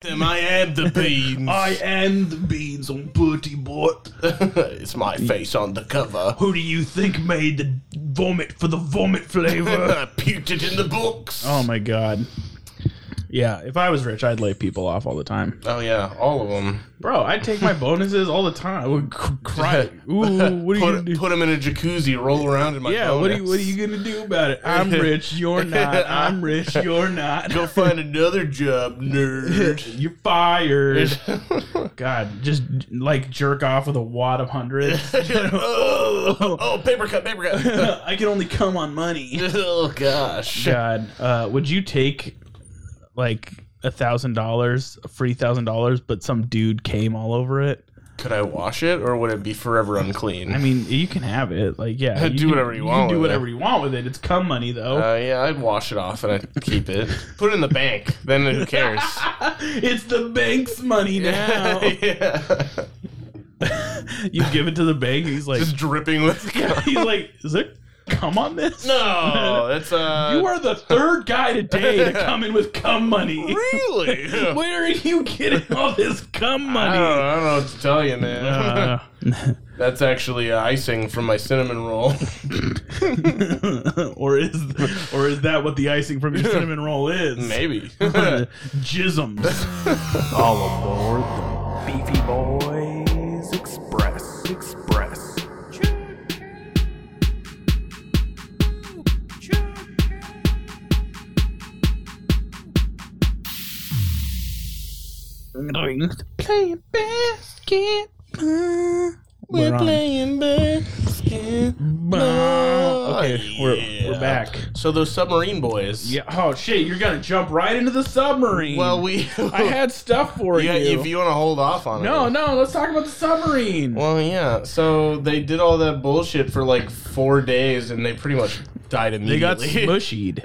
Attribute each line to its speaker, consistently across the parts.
Speaker 1: them. I am the beans.
Speaker 2: I am the beans on Bertie Bot.
Speaker 1: it's my face on the cover.
Speaker 2: Who do you think made the vomit for the vomit flavor?
Speaker 1: I puked it in the books.
Speaker 3: Oh my god. Yeah, if I was rich, I'd lay people off all the time,
Speaker 1: Oh yeah, all of them.
Speaker 3: bro. I'd take my bonuses all the time. I would c- cry. Ooh, what are you gonna
Speaker 1: Put,
Speaker 3: do?
Speaker 1: put them in a jacuzzi, roll around in my
Speaker 3: yeah,
Speaker 1: bonus.
Speaker 3: what are you? What are you gonna do about it? I'm rich. You're not. I'm rich. You're not.
Speaker 1: Go find another job, nerd.
Speaker 3: You're fired. God, just like jerk off with a wad of hundreds.
Speaker 1: oh, oh, paper cut, paper cut.
Speaker 3: I can only come on money.
Speaker 1: oh gosh.
Speaker 3: God, uh, would you take like a thousand dollars, free thousand dollars, but some dude came all over it?
Speaker 1: Could I wash it, or would it be forever unclean?
Speaker 3: I mean, you can have it. Like, yeah,
Speaker 1: Do whatever you want
Speaker 3: Can do
Speaker 1: with
Speaker 3: whatever you want with it. It's cum money, though.
Speaker 1: uh, yeah, I'd wash it off and I'd keep it. Put it in the bank. Then who cares?
Speaker 3: it's the bank's money now.
Speaker 1: yeah.
Speaker 3: you give it to the bank. He's like,
Speaker 1: Just dripping with.
Speaker 3: he's like, is there cum on this?
Speaker 1: No, that's uh.
Speaker 3: You are the third guy today to come in with cum money.
Speaker 1: really.
Speaker 3: Where are you getting all this cum
Speaker 1: I don't,
Speaker 3: money?
Speaker 1: know, I don't know what to tell you, man.
Speaker 3: Uh,
Speaker 1: That's actually uh, icing from my cinnamon roll.
Speaker 3: or is or is that what the icing from your cinnamon roll is?
Speaker 1: Maybe.
Speaker 3: Jisms.
Speaker 4: All aboard the Beefy Boys Express. Express.
Speaker 1: playing basketball.
Speaker 3: We're on.
Speaker 1: playing basketball.
Speaker 3: Okay, we're
Speaker 1: Yeah.
Speaker 3: we're back.
Speaker 1: So those submarine boys.
Speaker 3: Yeah. Oh shit! You're gonna jump right into the submarine.
Speaker 1: Well, we.
Speaker 3: I had stuff for
Speaker 1: yeah,
Speaker 3: you.
Speaker 1: if you want to hold off on it.
Speaker 3: no, no. Let's talk about the submarine.
Speaker 1: Well, yeah. So they did all that bullshit for like four days, and they pretty much died
Speaker 3: they got
Speaker 1: immediately.
Speaker 3: smushied.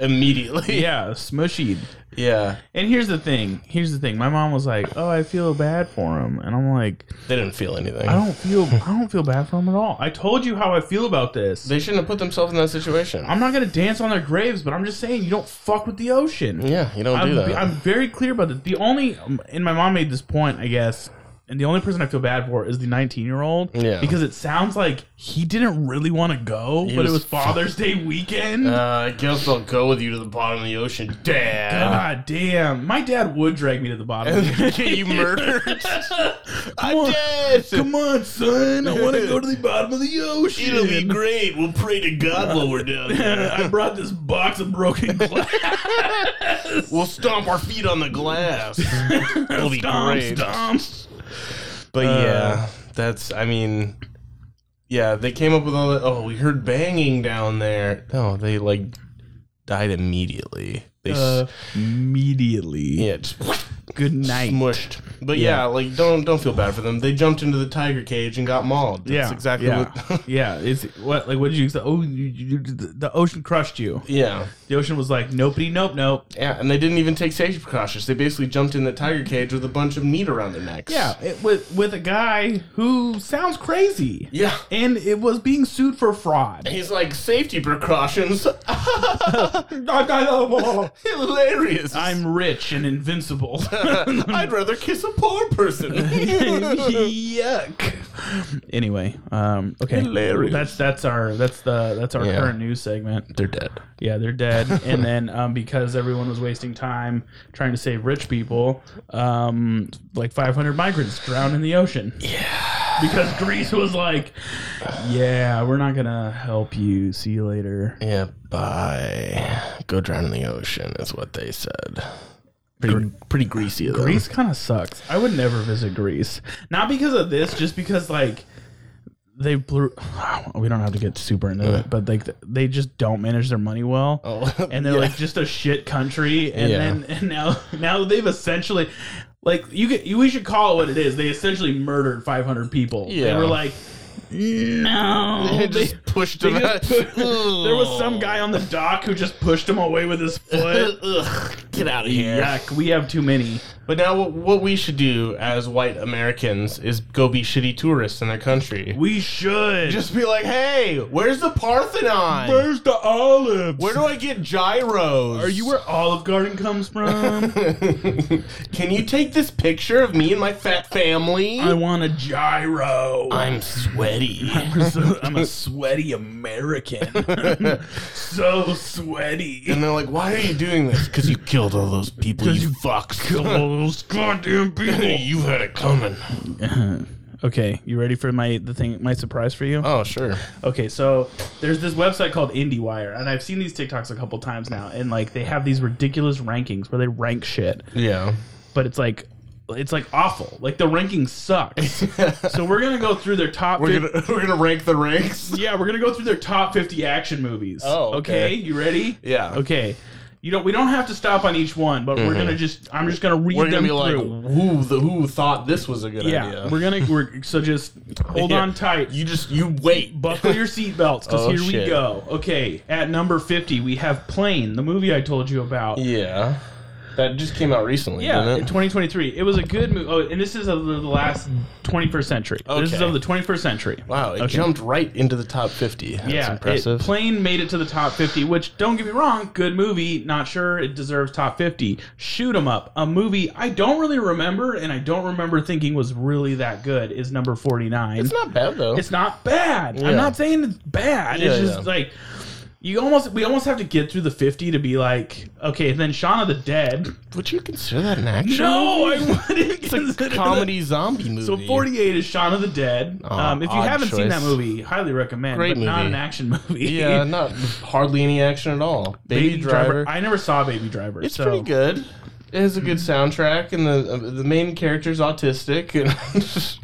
Speaker 1: immediately.
Speaker 3: yeah, smushied.
Speaker 1: Yeah.
Speaker 3: And here's the thing. Here's the thing. My mom was like, "Oh, I feel bad for him," and I'm like,
Speaker 1: They didn't feel anything.
Speaker 3: "I don't feel. I don't feel bad for him at all. I told you how I feel about this.
Speaker 1: They shouldn't have put themselves in that situation.
Speaker 3: I'm not gonna dance on their graves, but I'm just saying you don't fuck with the ocean.
Speaker 1: yeah, you don't
Speaker 3: I'm,
Speaker 1: do that.
Speaker 3: I'm very clear about this. The only and my mom made this point, I guess, and the only person I feel bad for is the 19 year old.
Speaker 1: Yeah.
Speaker 3: Because it sounds like he didn't really want to go, but
Speaker 1: was
Speaker 3: it was Father's Day weekend.
Speaker 1: Uh, I guess I'll go with you to the bottom of the ocean, Dad.
Speaker 3: God damn! My dad would drag me to the bottom.
Speaker 1: Get you murdered.
Speaker 3: Come on.
Speaker 1: did.
Speaker 3: Come on, son. I want to go to the bottom of the ocean.
Speaker 1: It'll be great. We'll pray to God while we're down there.
Speaker 3: I brought this box of broken glass.
Speaker 1: We'll stomp our feet on the glass. It'll be
Speaker 3: Stomp,
Speaker 1: great.
Speaker 3: stomp.
Speaker 1: But
Speaker 3: Uh,
Speaker 1: yeah, that's. I mean, yeah, they came up with all that. Oh, we heard banging down there. No, they like died immediately.
Speaker 3: Uh,
Speaker 1: They s
Speaker 3: immediately.
Speaker 1: Uh, yeah, just
Speaker 3: Good night.
Speaker 1: smushed. But yeah. like don't don't feel bad for them. They jumped into the tiger cage and got mauled. That's
Speaker 3: yeah,
Speaker 1: exactly
Speaker 3: Yeah,
Speaker 1: what.
Speaker 3: yeah. It's what like what did you say? Oh, you, you, the the ocean crushed you.
Speaker 1: yeah.
Speaker 3: The ocean was like, nopey, nope, nope.
Speaker 1: Yeah, and they didn't even take safety precautions. They basically jumped in the tiger cage with a bunch of meat around their necks.
Speaker 3: Yeah, it, with with a guy who sounds crazy.
Speaker 1: Yeah.
Speaker 3: and it was being sued for fraud.
Speaker 1: He's like, safety precautions? Hilarious.
Speaker 3: I'm rich and invincible.
Speaker 1: I'd rather kiss a poor person.
Speaker 3: Yuck. Anyway, um, okay.
Speaker 1: Hilarious.
Speaker 3: That's that's our that's the that's our
Speaker 1: Yeah.
Speaker 3: current news segment.
Speaker 1: They're dead.
Speaker 3: Yeah, they're dead. and then um, because everyone was wasting time trying to save rich people, um, like 500 migrants drowned in the ocean. Yeah. Because Greece was like, yeah, we're not going to help you. See you later.
Speaker 1: Yeah, bye. Go drown in the ocean, is what they said. Pretty, pretty greasy, though.
Speaker 3: Greece kind of sucks. I would never visit Greece. Not because of this, just because, like, they blew. We don't have to get super into it, but like they just don't manage their money well.
Speaker 1: Oh,
Speaker 3: and they're
Speaker 1: yeah.
Speaker 3: like just a shit country and
Speaker 1: Yeah.
Speaker 3: then and now now they've essentially like you get you, we should call it what it is they essentially murdered 500 people
Speaker 1: Yeah.
Speaker 3: they were like no.
Speaker 1: It just Oh. pushed him
Speaker 3: they
Speaker 1: out.
Speaker 3: just put- there was some guy on the dock who just pushed him away with his foot.
Speaker 1: Ugh, get out of here.
Speaker 3: Yuck, we have too many.
Speaker 1: But now, what, what we should do as white Americans is go be shitty tourists in their country.
Speaker 2: We should.
Speaker 1: just be like, hey, where's the Parthenon?
Speaker 3: the olives?
Speaker 1: Where do I get gyros?
Speaker 3: Are you where Olive Garden comes from?
Speaker 1: Can you take this picture of me and my fat family?
Speaker 3: I want a gyro.
Speaker 1: I'm sweaty.
Speaker 3: I'm a sweaty American. so sweaty.
Speaker 1: and they're like, why are you doing this? Because you killed all those people, you fucks.
Speaker 3: all those goddamn people.
Speaker 1: You've had it coming.
Speaker 3: okay, you ready for my the thing my surprise for you?
Speaker 1: Oh, sure.
Speaker 3: Okay, so there's this website called IndieWire, and I've seen these TikToks a couple times now, and like they have these ridiculous rankings where they rank shit,
Speaker 1: Yeah.
Speaker 3: but it's like it's like awful. Like the ranking sucks. so we're gonna go through their top.
Speaker 1: We're
Speaker 3: 50
Speaker 1: gonna we're gonna rank the ranks.
Speaker 3: yeah, we're gonna go through their top 50 action movies.
Speaker 1: Oh, okay.
Speaker 3: you ready?
Speaker 1: Yeah. Mm-hmm.
Speaker 3: Okay. You don't. We don't have to stop on each one, but we're gonna just. I'm just gonna read
Speaker 1: We're gonna
Speaker 3: them
Speaker 1: be like,
Speaker 3: through.
Speaker 1: who the who thought this was a good
Speaker 3: yeah,
Speaker 1: idea?
Speaker 3: we're gonna. We're so just hold
Speaker 1: Yeah.
Speaker 3: on tight.
Speaker 1: you just you wait.
Speaker 3: Buckle your seatbelts because
Speaker 1: Oh,
Speaker 3: here
Speaker 1: shit.
Speaker 3: we go. Okay, at number 50, we have Plane, the movie I told you about. Yeah,
Speaker 1: Yeah. That just came out recently,
Speaker 3: in
Speaker 1: didn't it?
Speaker 3: 2023. It was a good movie. Oh, and this is of the last 21st century. This is
Speaker 1: Okay.
Speaker 3: of the 21st century.
Speaker 1: Wow, it jumped right into the top 50. That's
Speaker 3: yeah,
Speaker 1: impressive.
Speaker 3: It, Plane made it to the top 50, which, don't get me wrong, good movie. Not sure it deserves top 50. Shoot 'em Up, a movie I don't really remember and I don't remember thinking was really that good, is number 49.
Speaker 1: it's not bad though.
Speaker 3: It's not bad. I'm
Speaker 1: Yeah.
Speaker 3: not saying it's bad.
Speaker 1: Yeah,
Speaker 3: it's just
Speaker 1: yeah.
Speaker 3: like you almost we almost have to get through the 50 to be like, okay, then Shaun of the Dead.
Speaker 1: Would you consider that an action?
Speaker 3: No, I wouldn't consider that.
Speaker 1: comedy zombie movie.
Speaker 3: So 48 is Shaun of the Dead.
Speaker 1: Aw,
Speaker 3: um, if you
Speaker 1: odd
Speaker 3: haven't seen that
Speaker 1: choice.
Speaker 3: movie, highly recommend,
Speaker 1: Great
Speaker 3: but not
Speaker 1: movie.
Speaker 3: an action movie.
Speaker 1: Yeah, not hardly any action at all. Baby, Driver.
Speaker 3: I never saw Baby Driver.
Speaker 1: it's
Speaker 3: so. Mm-hmm.
Speaker 1: pretty good. It has a good soundtrack, and the uh, the main character's autistic. And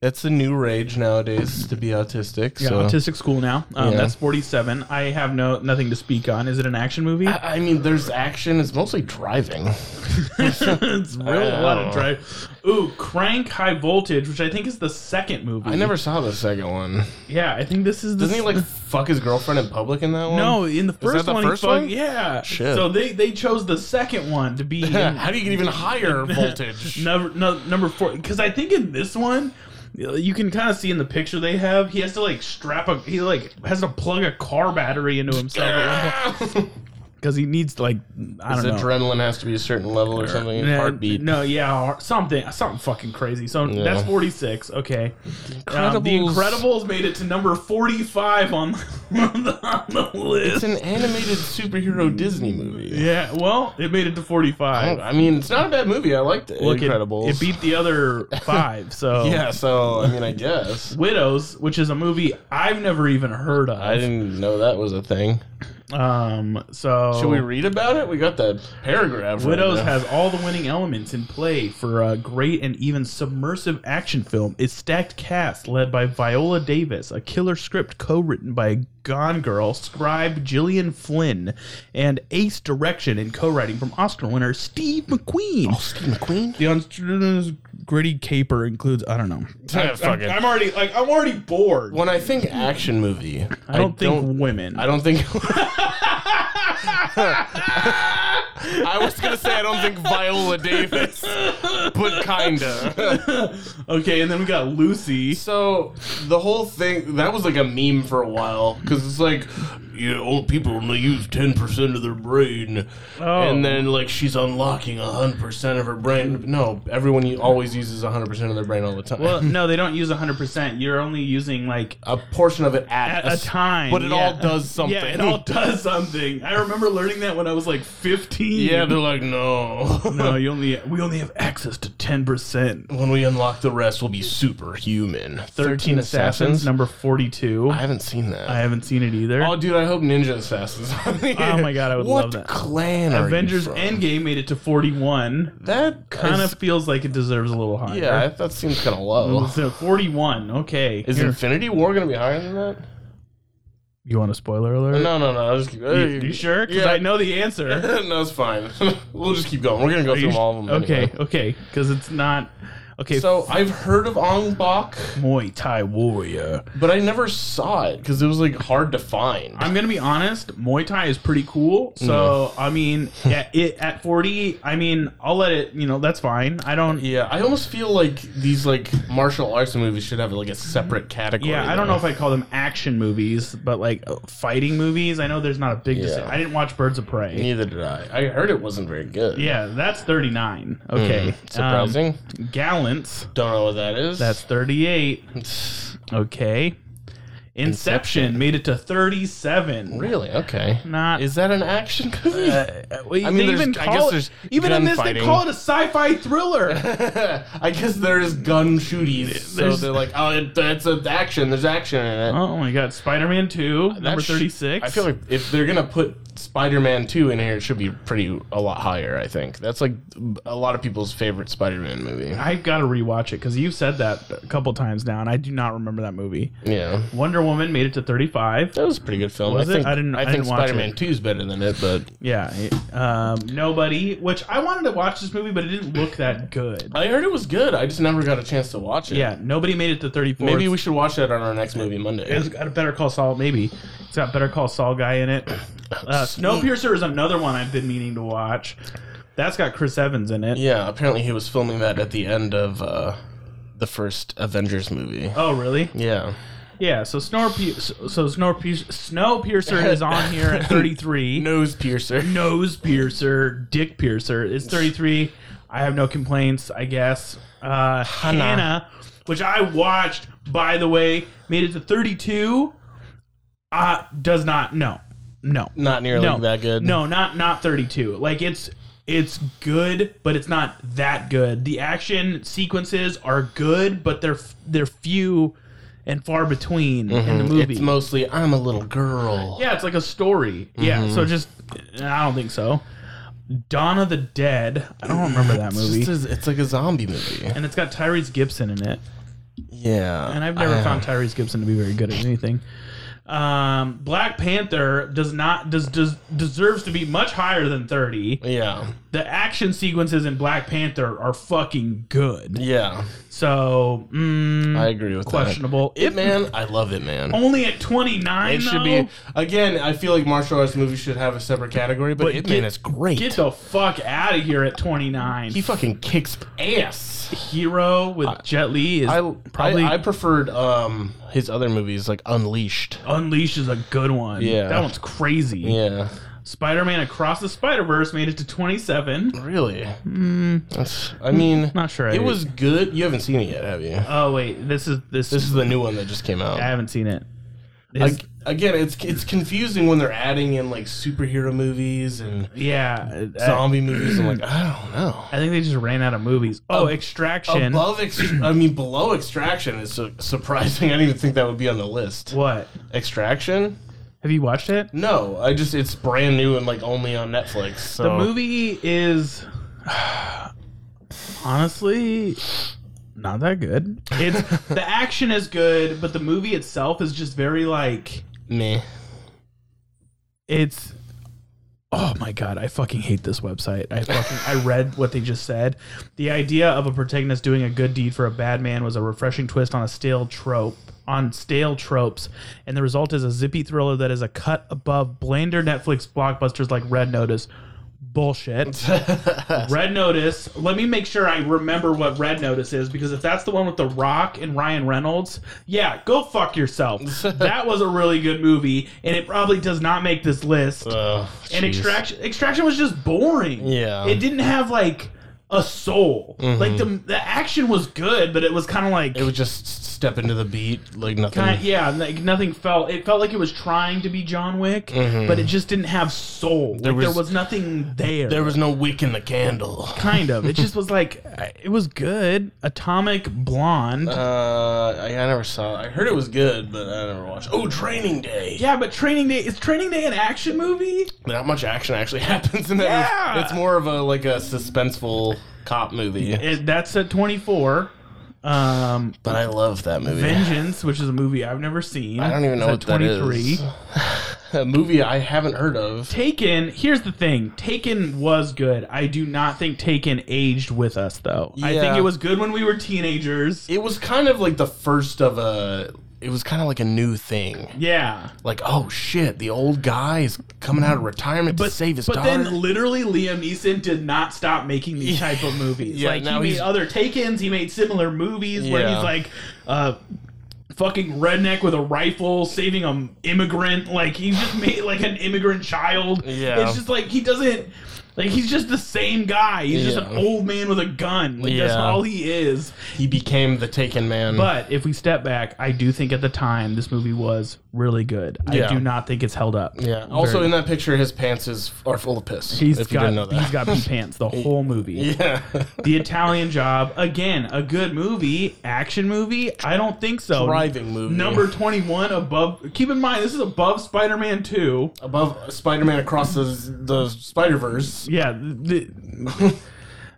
Speaker 1: that's the new rage nowadays to be autistic.
Speaker 3: Yeah,
Speaker 1: so.
Speaker 3: autistic school now. Um,
Speaker 1: Yeah.
Speaker 3: That's 47. I have no nothing to speak on. Is it an action movie?
Speaker 1: I I mean, there's action. It's mostly driving.
Speaker 3: it's really a lot
Speaker 1: Oh.
Speaker 3: of drive. Ooh, Crank High Voltage, which I think is the second movie.
Speaker 1: I never saw the second one.
Speaker 3: Yeah, I think this is. The
Speaker 1: Doesn't he like fuck his girlfriend in public in that one?
Speaker 3: No, in the first
Speaker 1: the
Speaker 3: one.
Speaker 1: first
Speaker 3: he fuck-
Speaker 1: one?
Speaker 3: Yeah.
Speaker 1: Shit.
Speaker 3: So they they chose the second one to be in
Speaker 1: How do you get even higher voltage?
Speaker 3: number no, number four because I think in this one. You can kind of see in the picture they have. He has to like strap a. He like has to plug a car battery into himself because he needs like I
Speaker 1: His
Speaker 3: don't know.
Speaker 1: adrenaline has to be a certain level or something.
Speaker 3: Yeah,
Speaker 1: heartbeat.
Speaker 3: No, yeah, or something, something fucking crazy. So
Speaker 1: Yeah.
Speaker 3: that's forty six. Okay, Um, the
Speaker 1: Incredibles.
Speaker 3: Incredibles made it to number forty five on, on, the, on the
Speaker 1: It's
Speaker 3: list.
Speaker 1: an animated superhero Disney movie.
Speaker 3: yeah, well, it made it to forty
Speaker 1: I,
Speaker 3: five.
Speaker 1: I mean, it's not a bad movie. I liked it.
Speaker 3: Look, it,
Speaker 1: Oh, Incredibles.
Speaker 3: it beat the other five. So
Speaker 1: yeah, so I mean, I guess
Speaker 3: Widows, which is a movie I've never even heard of.
Speaker 1: I didn't know that was a thing.
Speaker 3: Um, so
Speaker 1: Should we read about it? We got that paragraph. right
Speaker 3: Widows
Speaker 1: now.
Speaker 3: has all the winning elements in play for a great and even submersive action film. Its stacked cast, led by Viola Davis, a killer script co written by Gone Girl scribe Gillian Flynn, and ace direction and co writing from Oscar winner Steve McQueen.
Speaker 1: Oh, Steve McQueen.
Speaker 3: The unscrupulous gritty caper includes, I don't know.
Speaker 1: Fucking-
Speaker 3: I'm already like I'm already bored.
Speaker 1: When I think action movie,
Speaker 3: I don't think women.
Speaker 1: I don't think. I was gonna say I don't think Viola Davis, but kinda.
Speaker 3: okay, and then we got Lucy.
Speaker 1: So the whole thing that was like a meme for a while because it's like, you know, old people only use ten percent of their brain,
Speaker 3: Oh.
Speaker 1: and then like she's unlocking hundred percent of her brain. No, everyone u- always uses hundred percent of their brain all the time.
Speaker 3: Well, no, they don't use 100%. You're only using like
Speaker 1: a portion of it at,
Speaker 3: at a
Speaker 1: s-
Speaker 3: time.
Speaker 1: but it
Speaker 3: yeah.
Speaker 1: all does something.
Speaker 3: Yeah, it all does something. I remember learning that when I was like 15.
Speaker 1: Yeah, they're like, no.
Speaker 3: no, you only we only have access to 10%.
Speaker 1: When we unlock the rest, we'll be superhuman. 13,
Speaker 3: number 42.
Speaker 1: I
Speaker 3: I,
Speaker 1: haven't seen that.
Speaker 3: haven't seen it either.
Speaker 1: oh, dude, I hope Ninja Assassins. on the
Speaker 3: Oh my
Speaker 1: air.
Speaker 3: God, I would
Speaker 1: what
Speaker 3: love that.
Speaker 1: clan are
Speaker 3: Avengers
Speaker 1: you from?
Speaker 3: Endgame made it to 41.
Speaker 1: That
Speaker 3: Kind
Speaker 1: is-
Speaker 3: of feels like it deserves a little higher.
Speaker 1: Yeah, that seems kind of low.
Speaker 3: So 41. Okay.
Speaker 1: Is
Speaker 3: Here.
Speaker 1: Infinity War going to be higher than that?
Speaker 3: you want a spoiler alert?
Speaker 1: No, no, no. I'll just keep,
Speaker 3: You, you sure? Because
Speaker 1: Yeah.
Speaker 3: I know the answer.
Speaker 1: no, it's fine. we'll just keep going. We're going to go through
Speaker 3: You sh-
Speaker 1: all of them.
Speaker 3: okay,
Speaker 1: anyway.
Speaker 3: okay. Because it's not. Okay,
Speaker 1: So I've heard of Ong Bak,
Speaker 3: Muay Thai warrior.
Speaker 1: but I never saw it because it was like hard to find.
Speaker 3: I'm gonna be honest. Muay Thai is pretty cool. So
Speaker 1: Mm.
Speaker 3: I mean, at, it, at 40, I mean, I'll let it. You know, that's fine. I don't.
Speaker 1: yeah, I almost feel like these like martial arts movies should have like a separate category.
Speaker 3: Yeah, I don't know if I call them action movies, but like uh, fighting movies. I know there's not a big. dis-
Speaker 1: Yeah.
Speaker 3: I didn't watch Birds of Prey.
Speaker 1: Neither did I. I heard it wasn't very good.
Speaker 3: Yeah, that's 39. Okay.
Speaker 1: Mm, surprising.
Speaker 3: Um, Gallants,
Speaker 1: don't know what that is.
Speaker 3: that's 38. Okay. Inception, made it to 37.
Speaker 1: really okay.
Speaker 3: Not
Speaker 1: Is that an action movie?
Speaker 3: Uh, I
Speaker 1: mean,
Speaker 3: mean,
Speaker 1: there's-
Speaker 3: even
Speaker 1: I
Speaker 3: call
Speaker 1: guess
Speaker 3: it-
Speaker 1: there's
Speaker 3: even in this
Speaker 1: gunfighting.
Speaker 3: they call it a sci-fi thriller.
Speaker 1: I guess there is gun shooties, so
Speaker 3: Uh, There's-
Speaker 1: they're like, oh, it, that's an action. There's action in it.
Speaker 3: oh my god, Spider-Man 2,
Speaker 1: That
Speaker 3: number
Speaker 1: sh-
Speaker 3: 36.
Speaker 1: I feel like if they're gonna put Spider-Man Two in here, it should be pretty a lot higher. I think that's like a lot of people's favorite Spider-Man movie.
Speaker 3: I've got to rewatch it because you've said that a couple times now, and I do not remember that movie.
Speaker 1: Yeah,
Speaker 3: Wonder Woman made it to 35.
Speaker 1: that was a pretty good film.
Speaker 3: Was
Speaker 1: I
Speaker 3: it?
Speaker 1: think
Speaker 3: I didn't- I
Speaker 1: think
Speaker 3: didn't watch
Speaker 1: Spider-Man
Speaker 3: it.
Speaker 1: Two is better than it, but
Speaker 3: Yeah, it- um, nobody. Which I wanted to watch this movie, but it didn't look that good.
Speaker 1: I heard it was good. I just never got a chance to watch it.
Speaker 3: Yeah, nobody made it to 34.
Speaker 1: Maybe we
Speaker 3: It's-
Speaker 1: should watch that on our next movie Monday.
Speaker 3: it's got a Better Call Saul. Maybe it's got Better Call Saul guy in it. Uh, Snowpiercer is another one I've been meaning to watch. That's got Chris Evans in it.
Speaker 1: Yeah, apparently he was filming that at the end of uh, the first Avengers movie.
Speaker 3: Oh, really?
Speaker 1: Yeah.
Speaker 3: Yeah. So Snowpiercer, so Snowpiercer, Snowpiercer is on here at 33.
Speaker 1: Nose piercer.
Speaker 3: Nose piercer, dick piercer is 33. I have no complaints, I guess. Uh, Hannah. which I watched, by the way, made it to 32. Uh, does not, no, no,
Speaker 1: Not nearly
Speaker 3: no,
Speaker 1: that good.
Speaker 3: No, not, not 32. Like it's, it's good, but it's not that good. The action sequences are good, but they're, they're few and far between in the movie.
Speaker 1: Mm-hmm. It's mostly I'm a little girl.
Speaker 3: Yeah, it's like a story. Yeah,
Speaker 1: Mm-hmm.
Speaker 3: so just I don't think so. Dawn of the Dead. I don't remember that
Speaker 1: It's,
Speaker 3: movie.
Speaker 1: just a- it's like a zombie movie.
Speaker 3: and it's got Tyrese Gibson in it.
Speaker 1: Yeah.
Speaker 3: And I've never
Speaker 1: I-
Speaker 3: found Tyrese Gibson to be very good at anything. Um, Black Panther does not does does deserves to be much higher than 30.
Speaker 1: Yeah.
Speaker 3: The action sequences in Black Panther are fucking good.
Speaker 1: Yeah.
Speaker 3: So, mm,
Speaker 1: I agree with
Speaker 3: questionable.
Speaker 1: that. It Man, I love It Man.
Speaker 3: only at 29
Speaker 1: it should
Speaker 3: though?
Speaker 1: be again. I feel like martial arts movies should have a separate category, but,
Speaker 3: But
Speaker 1: It
Speaker 3: get-
Speaker 1: Man is great.
Speaker 3: Get the fuck out of here at 29.
Speaker 1: he fucking kicks ass.
Speaker 3: Hero with Jet Li is
Speaker 1: I
Speaker 3: probably
Speaker 1: probably I, preferred um his other movies like Unleashed.
Speaker 3: Unleash is a good one.
Speaker 1: Yeah.
Speaker 3: that one's crazy.
Speaker 1: Yeah,
Speaker 3: Spider-Man Across the Spider-Verse made it to 27.
Speaker 1: really. That's, I mean,
Speaker 3: Hmm. Not sure I-
Speaker 1: It was good. You haven't seen it yet, have you?
Speaker 3: Oh wait, this is this.
Speaker 1: This is the new one that just came out.
Speaker 3: I haven't seen it. Is-
Speaker 1: Ag- Again, it's it's confusing when they're adding in like superhero movies and
Speaker 3: yeah, I-
Speaker 1: zombie movies. I'm like, I don't know.
Speaker 3: I think they just ran out of movies. Oh, Extraction.
Speaker 1: Above, ext- I mean, below Extraction is su- surprising. I didn't even think that would be on the list.
Speaker 3: What?
Speaker 1: Extraction?
Speaker 3: Have you watched it?
Speaker 1: No, I just it's brand new and like only on Netflix. So.
Speaker 3: The movie is honestly not that good. It's the action is good, but the movie itself is just very like
Speaker 1: meh.
Speaker 3: it's oh my god i fucking hate this website i fucking i read what they just said the idea of a protagonist doing a good deed for a bad man was a refreshing twist on a stale trope on stale tropes and the result is a zippy thriller that is a cut above blander netflix blockbusters like red notice bullshit red notice let me make sure i remember what red notice is because if that's the one with the rock and ryan reynolds yeah go fuck yourself that was a really good movie and it probably does not make this list
Speaker 1: Oh,
Speaker 3: and
Speaker 1: jeez.
Speaker 3: extraction extraction was just boring.
Speaker 1: Yeah. Mm-hmm.
Speaker 3: It didn't have like a soul. Like the the action was good, but it was kind of like
Speaker 1: It would just s- step into the beat like nothing.
Speaker 3: kinda- yeah, like nothing felt. It felt like it was trying to be John Wick, but it just didn't have soul. There,
Speaker 1: Mm-hmm. was-
Speaker 3: like, was, there was nothing there.
Speaker 1: There was no wick in the candle.
Speaker 3: kind of. It just was like I- it was good. Atomic Blonde.
Speaker 1: Uh, I, I never saw. it. I heard it was good, but I never watched. Oh, Training Day.
Speaker 3: yeah, but Training Day is Training Day an action movie?
Speaker 1: Not much action actually happens in that.
Speaker 3: Yeah.
Speaker 1: It's more of a like a suspenseful cop movie.
Speaker 3: It, that's at twenty four. Um,
Speaker 1: But I love that movie.
Speaker 3: Vengeance, which is a movie I've never seen.
Speaker 1: I don't even know
Speaker 3: It's
Speaker 1: what
Speaker 3: at
Speaker 1: that is. a movie I haven't heard of.
Speaker 3: Taken. Here's the thing. Taken was good. I do not think Taken aged with us though. I think
Speaker 1: Yeah.
Speaker 3: it was good when we were teenagers.
Speaker 1: It was kind of like the first of a. It was kind of like a new thing.
Speaker 3: Yeah.
Speaker 1: Like, oh shit, the old guy is coming out of retirement to save his
Speaker 3: but
Speaker 1: daughter.
Speaker 3: then literally Liam Neeson did not stop making these type of movies.
Speaker 1: Yeah,
Speaker 3: like he
Speaker 1: now
Speaker 3: made
Speaker 1: he's-
Speaker 3: other Takens, he made similar movies where
Speaker 1: Yeah.
Speaker 3: he's like uh fucking redneck with a rifle saving an immigrant like he just made like an immigrant child.
Speaker 1: Yeah.
Speaker 3: It's just like he doesn't like he's just the same guy. He's just an
Speaker 1: Yeah.
Speaker 3: old man with a gun. Like that's
Speaker 1: Yeah.
Speaker 3: all he is.
Speaker 1: he became the Taken Man.
Speaker 3: But if we step back, I do think at the time this movie was really good.
Speaker 1: Yeah.
Speaker 3: I do not think it's held up.
Speaker 1: yeah. Also,
Speaker 3: Very-
Speaker 1: in that picture, his pants is are full of piss.
Speaker 3: He's
Speaker 1: if
Speaker 3: got
Speaker 1: you didn't know
Speaker 3: he's
Speaker 1: that.
Speaker 3: got pee pants the whole movie.
Speaker 1: yeah.
Speaker 3: The Italian Job again, a good movie, action movie. I don't think so.
Speaker 1: Driving movie.
Speaker 3: number twenty one above. Keep in mind, this is above Spider Man two.
Speaker 1: above Spider-Man across the the Spider-Verse.
Speaker 3: Yeah.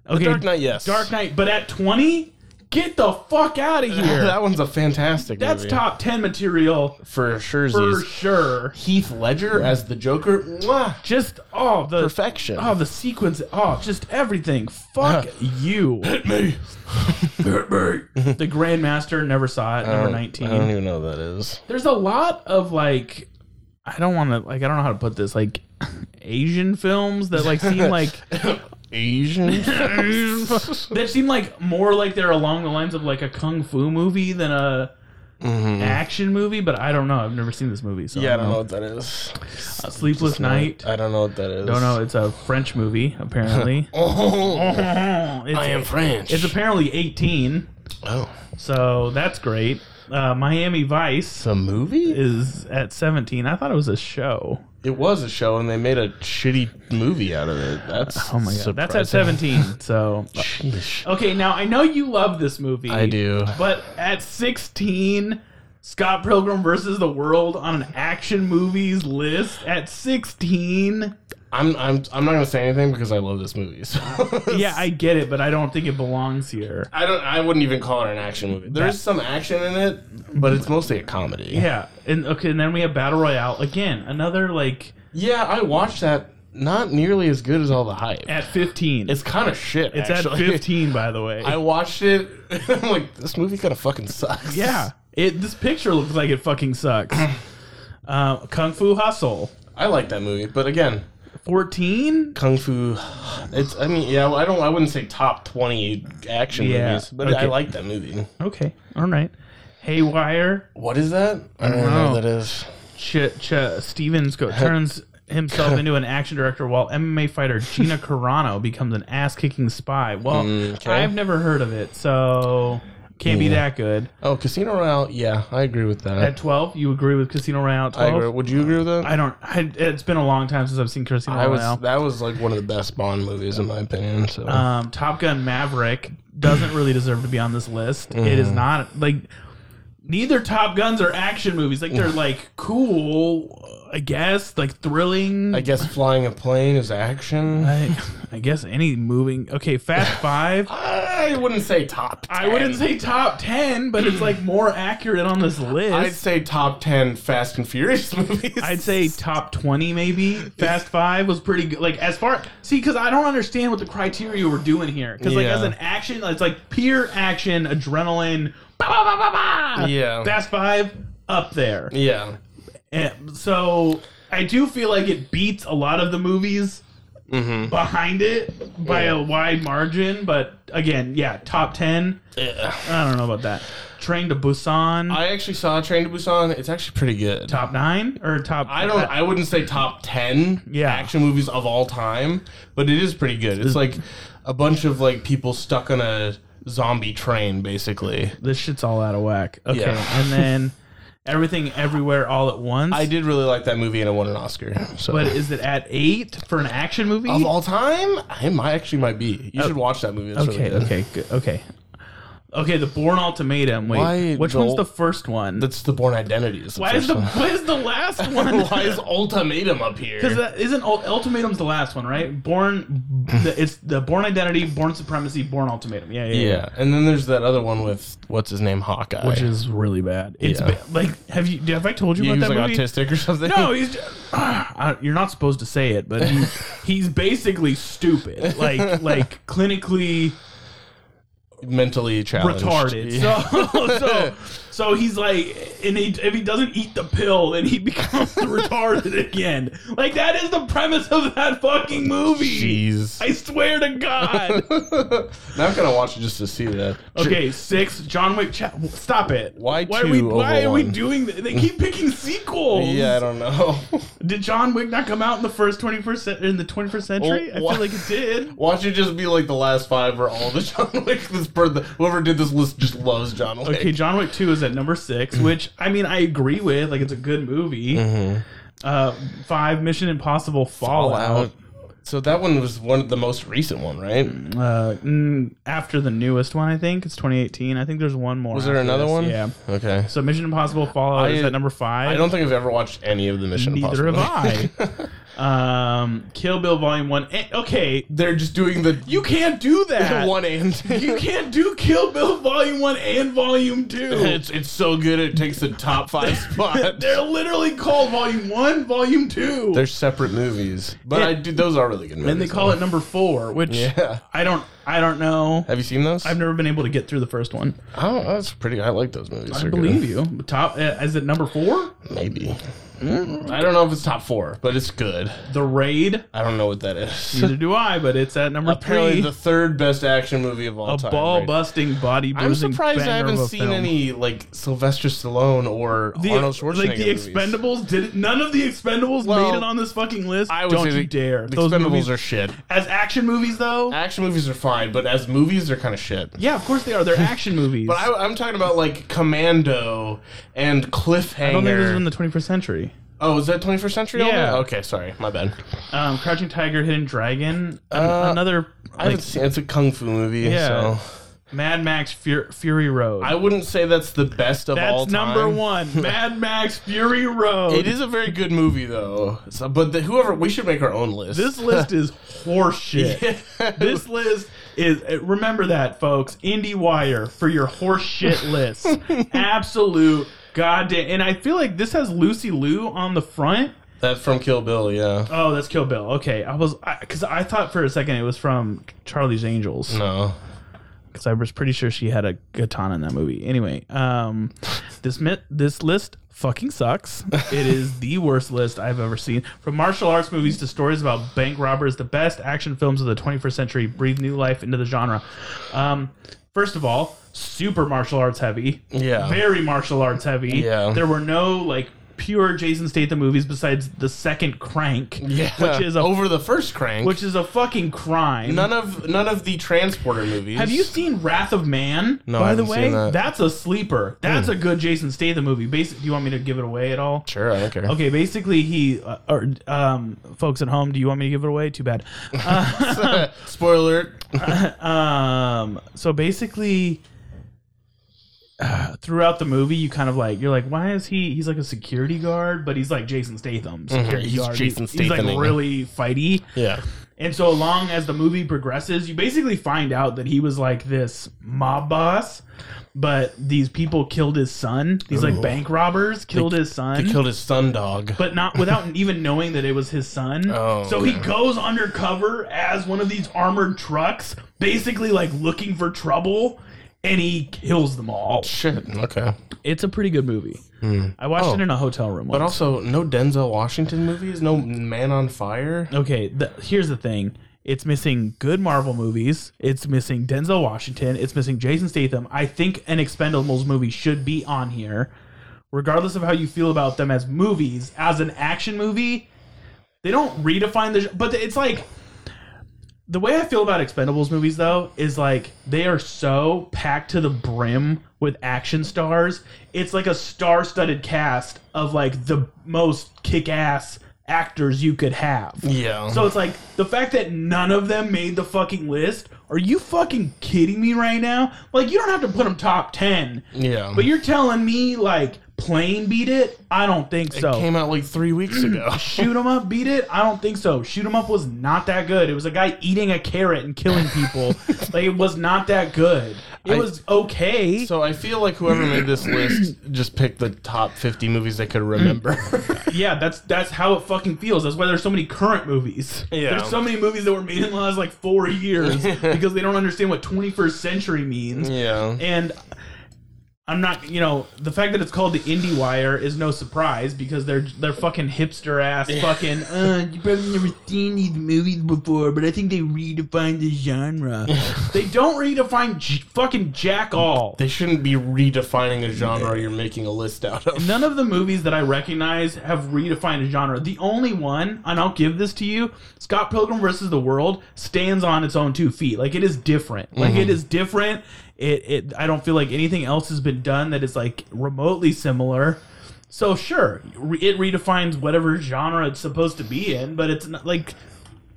Speaker 3: The, okay.
Speaker 1: Dark Knight, yes.
Speaker 3: Dark Knight, but at twenty, get the fuck out of here.
Speaker 1: that one's a fantastic.
Speaker 3: That's
Speaker 1: movie.
Speaker 3: top ten material
Speaker 1: for sure.
Speaker 3: for
Speaker 1: Zs.
Speaker 3: sure.
Speaker 1: Heath Ledger as the Joker, mwah,
Speaker 3: Just oh the
Speaker 1: perfection.
Speaker 3: oh the sequence oh just everything. Fuck you.
Speaker 1: hit me, hit me.
Speaker 3: The Grandmaster never saw it. Number nineteen.
Speaker 1: I don't even know what that is.
Speaker 3: there's a lot of like I don't want to like I don't know how to put this like Asian films that like seem like
Speaker 1: Asian.
Speaker 3: that seem like more like they're along the lines of like a kung fu movie than a action movie. But I don't know. I've never seen this movie. So
Speaker 1: Mm-hmm. yeah, I don't know what that is.
Speaker 3: Uh, Sleepless Night.
Speaker 1: I don't know what that is.
Speaker 3: don't know. It's a French movie apparently.
Speaker 1: Oh,
Speaker 3: it's,
Speaker 1: I am French.
Speaker 3: it's apparently 18,
Speaker 1: oh,
Speaker 3: so that's great. Uh, Miami Vice
Speaker 1: it's a movie.
Speaker 3: is at 17. I thought it was a show.
Speaker 1: It was a show, and they made a shitty movie out of it. That's
Speaker 3: Oh my god, that's at
Speaker 1: surprising.
Speaker 3: Oh. 17. So
Speaker 1: Sheesh.
Speaker 3: Okay, now I know you love this movie.
Speaker 1: I do.
Speaker 3: But at 16, Scott Pilgrim versus the World on an action movies list at 16.
Speaker 1: I'm I'm I'm not gonna say anything because I love this movie. So
Speaker 3: Yeah, I get it, but I don't think it belongs here.
Speaker 1: I don't. I wouldn't even call it an action movie. There's some action in it, but it's mostly a comedy.
Speaker 3: Yeah, and okay, and then we have Battle Royale again, another like
Speaker 1: Yeah, I watched that. Not nearly as good as all the hype.
Speaker 3: at 15.
Speaker 1: It's kind of shit.
Speaker 3: It's
Speaker 1: actually.
Speaker 3: at 15, by the way.
Speaker 1: I watched it. I'm like, this movie kind of fucking sucks.
Speaker 3: yeah, it this picture looks like it fucking sucks. uh, Kung Fu Hustle,
Speaker 1: I like that movie, but again,
Speaker 3: 14.
Speaker 1: kung fu. It's. I mean, yeah. I don't. I wouldn't say top twenty action
Speaker 3: Yeah,
Speaker 1: movies, but
Speaker 3: okay.
Speaker 1: I like that movie.
Speaker 3: Okay, all right. Haywire,
Speaker 1: What is that? I don't,
Speaker 3: know.
Speaker 1: know what that is.
Speaker 3: Ch- Ch- Stevens go- turns himself into an action director while MMA fighter Gina Carano becomes an ass kicking spy. Well,
Speaker 1: Mm, 'kay.
Speaker 3: I've never heard of it, so can't be that good.
Speaker 1: Oh, Casino Royale. Yeah, I agree with that.
Speaker 3: At 12, you agree with Casino Royale at
Speaker 1: I
Speaker 3: 12?
Speaker 1: agree. Would you agree with that?
Speaker 3: I don't. I, it's been a long time since I've seen Casino
Speaker 1: I was
Speaker 3: Royale.
Speaker 1: that was like one of the best Bond movies in my opinion. So
Speaker 3: um, Top Gun Maverick doesn't really deserve to be on this list. It
Speaker 1: Mm-hmm.
Speaker 3: is not like neither Top Guns are action movies. Like they're like cool, I guess, like thrilling.
Speaker 1: I guess flying a plane is action. I,
Speaker 3: I, I guess any moving. Okay, Fast Five.
Speaker 1: wouldn't say top.
Speaker 3: I wouldn't say top ten, but it's like more accurate on this
Speaker 1: I'd
Speaker 3: list.
Speaker 1: say top ten Fast and Furious movies.
Speaker 3: I'd, say top twenty maybe. Fast Five was pretty good. Like as far see, because I don't understand what the criteria we're doing here. Because like
Speaker 1: Yeah.
Speaker 3: as an action, it's like pure action, adrenaline. Bah, bah, bah, bah, bah.
Speaker 1: Yeah.
Speaker 3: Fast Five up there.
Speaker 1: yeah.
Speaker 3: And so I do feel like it beats a lot of the movies
Speaker 1: Mm-hmm.
Speaker 3: behind it by a wide margin. But again, yeah, top ten. I don't know about that. Train to Busan,
Speaker 1: I actually saw Train to Busan. It's actually pretty good.
Speaker 3: top nine or top? Uh,
Speaker 1: I don't. I wouldn't say top ten
Speaker 3: Yeah.
Speaker 1: action movies of all time, but it is pretty good. It's like a bunch of like people stuck on a zombie train, basically.
Speaker 3: This shit's all out of whack. Okay,
Speaker 1: Yeah.
Speaker 3: and then everything, everywhere, all at once.
Speaker 1: I did really like that movie and it won an Oscar. So.
Speaker 3: But is it at eight for an action movie?
Speaker 1: of all time, I might actually might be. You should watch that movie. It's really
Speaker 3: Oh, okay,
Speaker 1: good.
Speaker 3: okay, good, okay. Okay, the Born Ultimatum. Wait,
Speaker 1: Why
Speaker 3: which
Speaker 1: the-
Speaker 3: one's the first one?
Speaker 1: That's the Born Identity. Is the
Speaker 3: why is
Speaker 1: first
Speaker 3: the
Speaker 1: one.
Speaker 3: why is the last one?
Speaker 1: Why is Ultimatum up here?
Speaker 3: Because that isn't ul- ultimatum's the last one, right? Born, the, it's the born identity, born supremacy, born ultimatum. Yeah, yeah, yeah.
Speaker 1: yeah, and then there's that other one with what's his name, Hawkeye,
Speaker 3: Which is really bad. It's
Speaker 1: Yeah.
Speaker 3: ba- like have you have I told you
Speaker 1: yeah, he
Speaker 3: about
Speaker 1: was
Speaker 3: that
Speaker 1: like
Speaker 3: movie?
Speaker 1: autistic or something.
Speaker 3: No, he's just, I- you're not supposed to say it, but he's, he's basically stupid, like like clinically
Speaker 1: mentally challenged,
Speaker 3: retarded.
Speaker 1: Yeah.
Speaker 3: So so so he's like, and he, if he doesn't eat the pill, then he becomes retarded again. Like that is the premise of that fucking movie.
Speaker 1: Jeez.
Speaker 3: I swear to God.
Speaker 1: now I'm gonna watch it just to see that.
Speaker 3: Okay, six. John Wick. Cha- Stop it.
Speaker 1: Why
Speaker 3: Why are we?
Speaker 1: two over
Speaker 3: Why are we
Speaker 1: one?
Speaker 3: doing? This? They keep picking sequels.
Speaker 1: Yeah, I don't know.
Speaker 3: Did John Wick not come out in the first twenty first in the twenty first century?
Speaker 1: Oh,
Speaker 3: I
Speaker 1: wha-
Speaker 3: feel like it did.
Speaker 1: Watch it just be like the last five or all the John Wick. This per- the, whoever did this list just loves John Wick.
Speaker 3: Okay, John Wick Two is at number six,
Speaker 1: Mm.
Speaker 3: which I mean I agree with. Like it's a good movie.
Speaker 1: Mm-hmm.
Speaker 3: Uh, five Mission Impossible Fallout.
Speaker 1: Fallout. So that one was one of the most recent one, right?
Speaker 3: Uh, mm, after the newest one, I think it's twenty eighteen. I think there's one more.
Speaker 1: Was there
Speaker 3: after
Speaker 1: another
Speaker 3: this.
Speaker 1: one?
Speaker 3: Yeah.
Speaker 1: Okay.
Speaker 3: So Mission Impossible Fallout
Speaker 1: I-
Speaker 3: is at number five.
Speaker 1: I don't think I've ever watched any of the Mission
Speaker 3: Neither
Speaker 1: Impossible.
Speaker 3: have I. um, Kill Bill Volume One. Eh, okay,
Speaker 1: They're just doing the
Speaker 3: you can't do that.
Speaker 1: one and
Speaker 3: You can't do Kill Bill Volume One and Volume Two.
Speaker 1: it's it's so good it takes the top five spot.
Speaker 3: They're literally called Volume One, Volume 2
Speaker 1: They're separate movies, but
Speaker 3: Yeah.
Speaker 1: I do, those are really good movies.
Speaker 3: and they call it number four, which
Speaker 1: Yeah.
Speaker 3: I don't. I don't know.
Speaker 1: Have you seen those?
Speaker 3: I've never been able to get through the first one.
Speaker 1: oh, that's pretty. I like those movies.
Speaker 3: I believe you. Top uh, is it number four?
Speaker 1: you. Maybe. Mm. I don't know if it's top four, but it's good.
Speaker 3: The Raid.
Speaker 1: I don't know what that is.
Speaker 3: Neither do I, but it's at number
Speaker 1: Apparently,
Speaker 3: three.
Speaker 1: the third best action movie of all
Speaker 3: A
Speaker 1: time.
Speaker 3: ball
Speaker 1: right?
Speaker 3: busting, body boozing.
Speaker 1: I'm surprised
Speaker 3: banger
Speaker 1: I haven't
Speaker 3: of a
Speaker 1: seen
Speaker 3: film.
Speaker 1: any like Sylvester Stallone or Arnold Schwarzenegger.
Speaker 3: Like the
Speaker 1: movies.
Speaker 3: Expendables did none of the Expendables
Speaker 1: Well,
Speaker 3: made it on this fucking list.
Speaker 1: I would
Speaker 3: Don't
Speaker 1: say
Speaker 3: you
Speaker 1: the-
Speaker 3: dare.
Speaker 1: The
Speaker 3: Those
Speaker 1: Expendables
Speaker 3: movies
Speaker 1: are shit.
Speaker 3: as action movies though.
Speaker 1: Action movies are fine, but as movies, they're kind of shit.
Speaker 3: yeah, of course they are. They're action movies.
Speaker 1: But I, I'm talking about like Commando and Cliffhanger.
Speaker 3: I don't think this is in the 21st century.
Speaker 1: oh, is that 21st century?
Speaker 3: Yeah.
Speaker 1: only? Okay, sorry, my bad.
Speaker 3: Um, Crouching Tiger, Hidden Dragon, an-
Speaker 1: Uh,
Speaker 3: another
Speaker 1: I
Speaker 3: like
Speaker 1: haven't seen. It's a kung fu movie.
Speaker 3: Yeah.
Speaker 1: So
Speaker 3: Mad Max Fur- Fury Road.
Speaker 1: I wouldn't say that's the best of all
Speaker 3: That's
Speaker 1: time.
Speaker 3: number one. Mad Max Fury Road.
Speaker 1: It is a very good movie though. So, but the, whoever we should make our own list.
Speaker 3: This list is horseshit. This list is uh, remember that, folks. IndieWire for your horseshit list. Absolute goddamn. And I feel like this has Lucy Liu on the front.
Speaker 1: that's from Kill Bill. Yeah.
Speaker 3: Oh, that's Kill Bill. Okay, I was because I, thought for a second it was from Charlie's Angels
Speaker 1: No.
Speaker 3: because I was pretty sure she had a katana in that movie. Anyway, um, this mi- this list fucking sucks. It is the worst list I've ever seen. From martial arts movies to stories about bank robbers, the best action films of the 21st century breathe new life into the genre. Um, first of all, super martial arts heavy.
Speaker 1: Yeah.
Speaker 3: Very martial arts heavy.
Speaker 1: Yeah.
Speaker 3: There were no like pure Jason Statham movies besides the second Crank,
Speaker 1: Yeah. Oh.
Speaker 3: which is a
Speaker 1: over the first crank.
Speaker 3: which is a fucking crime.
Speaker 1: none of none of the transporter movies.
Speaker 3: Have you seen Wrath of Man?
Speaker 1: No,
Speaker 3: By
Speaker 1: I
Speaker 3: the
Speaker 1: haven't
Speaker 3: way,
Speaker 1: seen that. Hmm.
Speaker 3: that's a sleeper. That's a good Jason Statham movie. Basically, do you want me to give it away at all?
Speaker 1: Sure, I don't care.
Speaker 3: Okay, basically he uh, or um, folks at home, do you want me to give it away? Too bad.
Speaker 1: Spoiler. alert.
Speaker 3: Um, so basically, uh, throughout the movie, you kind of like you're like, why is he? He's like a security guard, but he's like Jason Statham. Security
Speaker 1: Mm-hmm. He's
Speaker 3: guard.
Speaker 1: Jason
Speaker 3: he's, he's like
Speaker 1: Statham-ing.
Speaker 3: really fighty.
Speaker 1: Yeah.
Speaker 3: And so long as the movie progresses, you basically find out that he was like this mob boss, but these people killed his son. These like bank robbers killed his son.
Speaker 1: He killed his son dog.
Speaker 3: but not without even knowing that it was his son.
Speaker 1: Oh,
Speaker 3: so he goes undercover as one of these armored trucks, basically like looking for trouble, and he kills them all.
Speaker 1: Shit. Okay.
Speaker 3: It's a pretty good movie. I watched
Speaker 1: Oh.
Speaker 3: it in a hotel room.
Speaker 1: But
Speaker 3: once.
Speaker 1: also, no Denzel Washington movies, no Man on Fire.
Speaker 3: Okay, the, here's the thing. It's missing good Marvel movies. It's missing Denzel Washington. It's missing Jason Statham. I think an Expendables movie should be on here, regardless of how you feel about them as movies. As an action movie, they don't redefine the. But it's like the way I feel about Expendables movies, though, is like they are so packed to the brim with action stars. It's like a star-studded cast of like the most kick-ass actors you could have.
Speaker 1: Yeah.
Speaker 3: So it's like the fact that none of them made the fucking list. Are you fucking kidding me right now? Like you don't have to put them top ten.
Speaker 1: yeah.
Speaker 3: But you're telling me like Plane beat it? I don't think so.
Speaker 1: came out like three weeks ago.
Speaker 3: Shoot 'em up beat it? I don't think so. Shoot 'em up was not that good. It was a guy eating a carrot and killing people. like it was not that good. It
Speaker 1: I-
Speaker 3: was okay.
Speaker 1: so I feel like whoever made this list just picked the top 50 movies they could remember.
Speaker 3: yeah, that's that's how it fucking feels. That's why there's so many current movies.
Speaker 1: Yeah.
Speaker 3: There's so many movies that were made in the last like four years because they don't understand what 21st century means.
Speaker 1: yeah.
Speaker 3: And I'm not, you know, the fact that it's called the Indie Wire is no surprise because they're they're fucking hipster ass fucking. Uh, you probably never seen these movies before, but I think they redefined the genre. they don't redefine j- fucking jack all.
Speaker 1: They shouldn't be redefining a genre you're making a list out of.
Speaker 3: None of the movies that I recognize have redefined a genre. The only one, and I'll give this to you, Scott Pilgrim versus the World stands on its own two feet. Like it is different. Like it is different. It it I don't feel like anything else has been done that is like remotely similar. So sure, re- it redefines whatever genre it's supposed to be in, but it's not like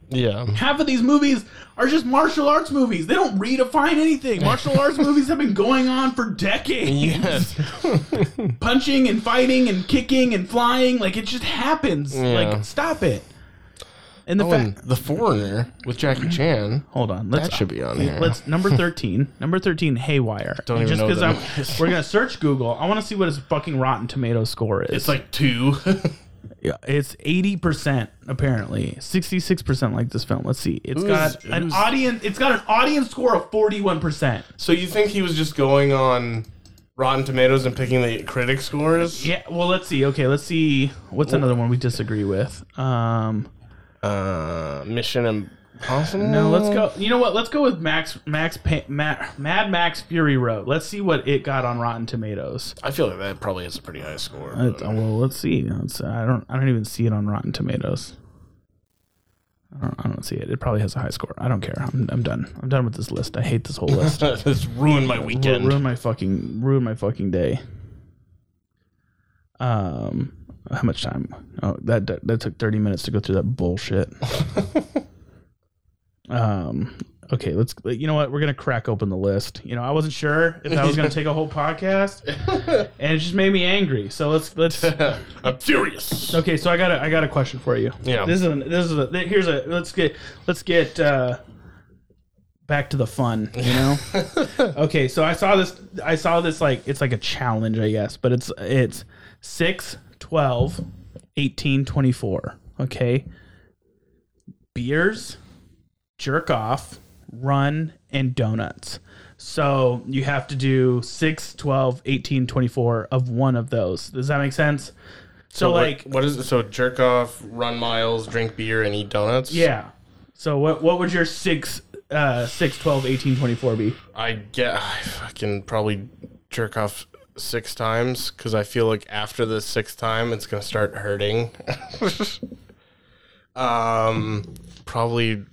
Speaker 1: Yeah.
Speaker 3: half of these movies are just martial arts movies. They don't redefine anything. Martial arts movies have been going on for decades
Speaker 1: Yes.
Speaker 3: punching and fighting and kicking and flying. Like it just happens. Like stop it. And the
Speaker 1: Oh, and
Speaker 3: fact.
Speaker 1: the Foreigner with Jackie Chan.
Speaker 3: Hold on. Let's
Speaker 1: That should be on here.
Speaker 3: Let's number thirteen. Number thirteen. Haywire.
Speaker 1: Don't even know that
Speaker 3: I'm, we're gonna search Google. I want to see what his fucking Rotten Tomato score is.
Speaker 1: It's like two.
Speaker 3: Yeah, it's eighty percent apparently. Sixty six percent like this film. Let's see. It's
Speaker 1: Who's-
Speaker 3: got an
Speaker 1: who's-
Speaker 3: audience. It's got an audience score of forty one percent.
Speaker 1: so you think he was just going on Rotten Tomatoes and picking the critic scores?
Speaker 3: Yeah. Well, let's see. Okay, let's see. What's another one we disagree with? Um.
Speaker 1: Uh, Mission Impossible?
Speaker 3: No, let's go. You know what? Let's go with Max Max pa- Ma- Mad Max Fury Road. Let's see what it got on Rotten Tomatoes.
Speaker 1: I feel like that probably has a pretty high score.
Speaker 3: Uh, well, let's see. It's- I don't. I don't even see it on Rotten Tomatoes. I don't, I don't see it. It probably has a high score. I don't care. I'm, I'm done. I'm done with this list. I hate this whole list.
Speaker 1: this ruined my
Speaker 3: Ru-
Speaker 1: weekend.
Speaker 3: ruin my fucking ruin my fucking day. Um, how much time? Oh, that that, that took thirty minutes to go through that bullshit. um. Okay, let's. You know what? We're gonna crack open the list. You know, I wasn't sure if I was gonna take a whole podcast, and it just made me angry. So let's let's.
Speaker 1: I'm furious.
Speaker 3: Okay, so I got a, I got a question for you.
Speaker 1: Yeah.
Speaker 3: This is an, this is a, here's a let's get let's get uh, back to the fun. You know. okay, so I saw this I saw this like it's like a challenge I guess, but it's it's 6, 12, 18, 24. Okay. Beers, jerk off, run and donuts. So you have to do 6, 12, 18, 24 of one of those. Does that make sense? So,
Speaker 1: What-
Speaker 3: like
Speaker 1: what is it? So jerk off, run miles, drink beer, and eat donuts.
Speaker 3: Yeah. So what what would your 6 uh 6 12 18 24 be?
Speaker 1: I get. I fucking probably jerk off six times because I feel like after the sixth time, it's gonna start hurting. um, probably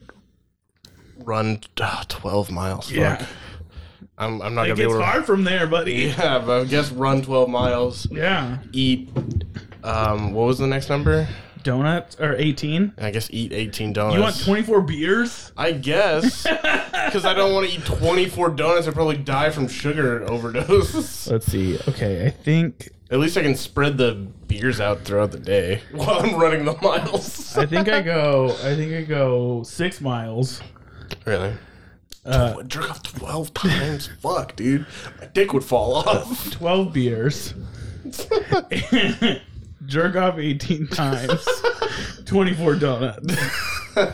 Speaker 1: run uh, twelve miles.
Speaker 3: Yeah.
Speaker 1: Fuck. I'm, I'm not
Speaker 3: It
Speaker 1: gonna be
Speaker 3: gets
Speaker 1: able. to...
Speaker 3: hard from there, buddy.
Speaker 1: Yeah, but I guess run twelve miles.
Speaker 3: Yeah.
Speaker 1: Eat. Um, what was the next number?
Speaker 3: Donuts or 18?
Speaker 1: I guess eat eighteen donuts.
Speaker 3: You want 24 beers?
Speaker 1: I guess. Because I don't want to eat 24 donuts. I'd probably die from sugar overdose.
Speaker 3: Let's see. Okay, I think
Speaker 1: At least I can spread the beers out throughout the day while I'm running the miles.
Speaker 3: I think I go I think I go 6 miles.
Speaker 1: Really?
Speaker 3: Uh,
Speaker 1: Tw- jerk off 12 times? Fuck, dude. My dick would fall off.
Speaker 3: 12 beers. Jerk off 18 times. 24 donuts.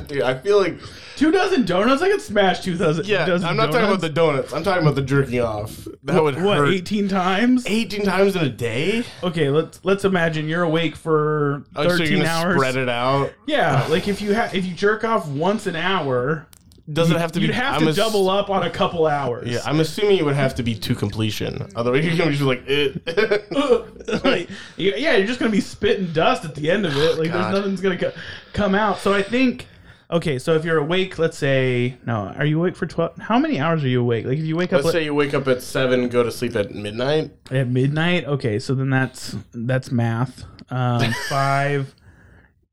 Speaker 1: dude, I feel like.
Speaker 3: Two dozen donuts? I could smash two dozen.
Speaker 1: Yeah,
Speaker 3: dozen
Speaker 1: I'm not talking about the
Speaker 3: donuts.
Speaker 1: donuts. I'm talking about the jerking off. That would
Speaker 3: What,
Speaker 1: hurt.
Speaker 3: 18 times?
Speaker 1: 18 times in a day?
Speaker 3: Okay, let's let's imagine you're awake for
Speaker 1: Oh, so
Speaker 3: 13
Speaker 1: you're gonna
Speaker 3: hours.
Speaker 1: spread it out?
Speaker 3: Yeah, like if you ha- if you jerk off once an hour,
Speaker 1: Doesn't have to be.
Speaker 3: you'd have
Speaker 1: I'm
Speaker 3: to
Speaker 1: ass-
Speaker 3: double up on a couple hours.
Speaker 1: Yeah, I'm assuming it would have to be to completion. Otherwise, you're gonna be just like, eh.
Speaker 3: like, you- yeah, you're just gonna be spitting dust at the end of it. Like
Speaker 1: Oh, God.
Speaker 3: there's nothing's gonna co- come out. So I think. Okay, so if you're awake, let's say no, are you awake for twelve? How many hours are you awake? Like if you wake up
Speaker 1: Let's
Speaker 3: like,
Speaker 1: say you wake up at seven, go to sleep at midnight.
Speaker 3: at midnight, okay, so then that's that's math. Um, five,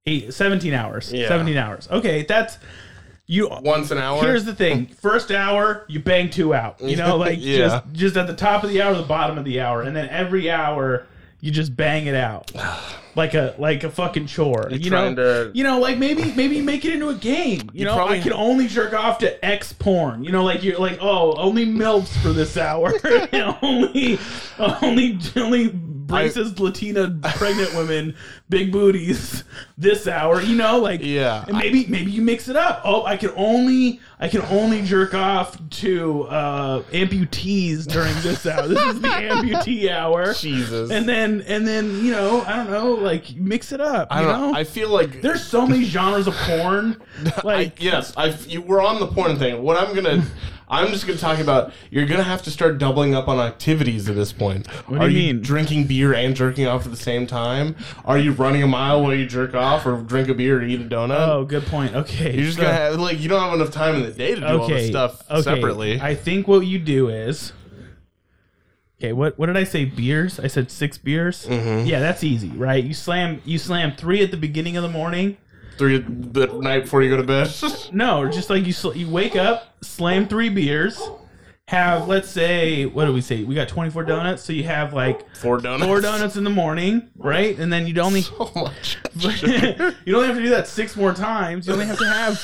Speaker 3: eight, 17 hours.
Speaker 1: Yeah.
Speaker 3: 17 hours. Okay, that's you
Speaker 1: Once an hour.
Speaker 3: Here's the thing. First hour, you bang two out. You know, like
Speaker 1: Yeah.
Speaker 3: just just at the top of the hour, the bottom of the hour, and then every hour you just bang it out. Like a like a fucking chore. you know,
Speaker 1: trying to-
Speaker 3: you know, like maybe maybe make it into a game. You, know,
Speaker 1: probably-
Speaker 3: I can only jerk off to X porn. You know, like you're like, oh, only milfs for this hour. only only only racist Latina pregnant women, big booties this hour. You know, like
Speaker 1: Yeah.
Speaker 3: and maybe maybe you mix it up. Oh, I can only I can only jerk off to uh, amputees during this hour. This is the amputee hour.
Speaker 1: Jesus.
Speaker 3: And then and then you know I don't know like mix it up.
Speaker 1: I
Speaker 3: you
Speaker 1: don't
Speaker 3: know.
Speaker 1: know. I feel like
Speaker 3: There's so many genres of porn.
Speaker 1: I,
Speaker 3: Like
Speaker 1: yes, I you we're on the porn thing. What I'm gonna, I'm just gonna talk about. You're gonna have to start doubling up on activities at this point.
Speaker 3: do
Speaker 1: Are
Speaker 3: you
Speaker 1: you
Speaker 3: mean?
Speaker 1: drinking beer and jerking off at the same time? Are you running a mile while you jerk off, or drink a beer and eat a donut?
Speaker 3: oh, good point. Okay,
Speaker 1: You're just
Speaker 3: so-
Speaker 1: gonna have, like you don't have enough time in the day to do all this stuff separately.
Speaker 3: I think what you do is okay. What what did I say? Beers? I said six beers.
Speaker 1: Mm-hmm.
Speaker 3: Yeah, that's easy, right? You slam you slam three at the beginning of the morning.
Speaker 1: Three the night before you go to bed.
Speaker 3: No, just like you sl- you wake up, slam three beers. Have let's say what do we say? We got twenty four donuts, so you have like
Speaker 1: Four donuts. Oh
Speaker 3: four donuts in the morning, right? And then you'd only
Speaker 1: So much.
Speaker 3: you don't have to do that six more times. You only have to have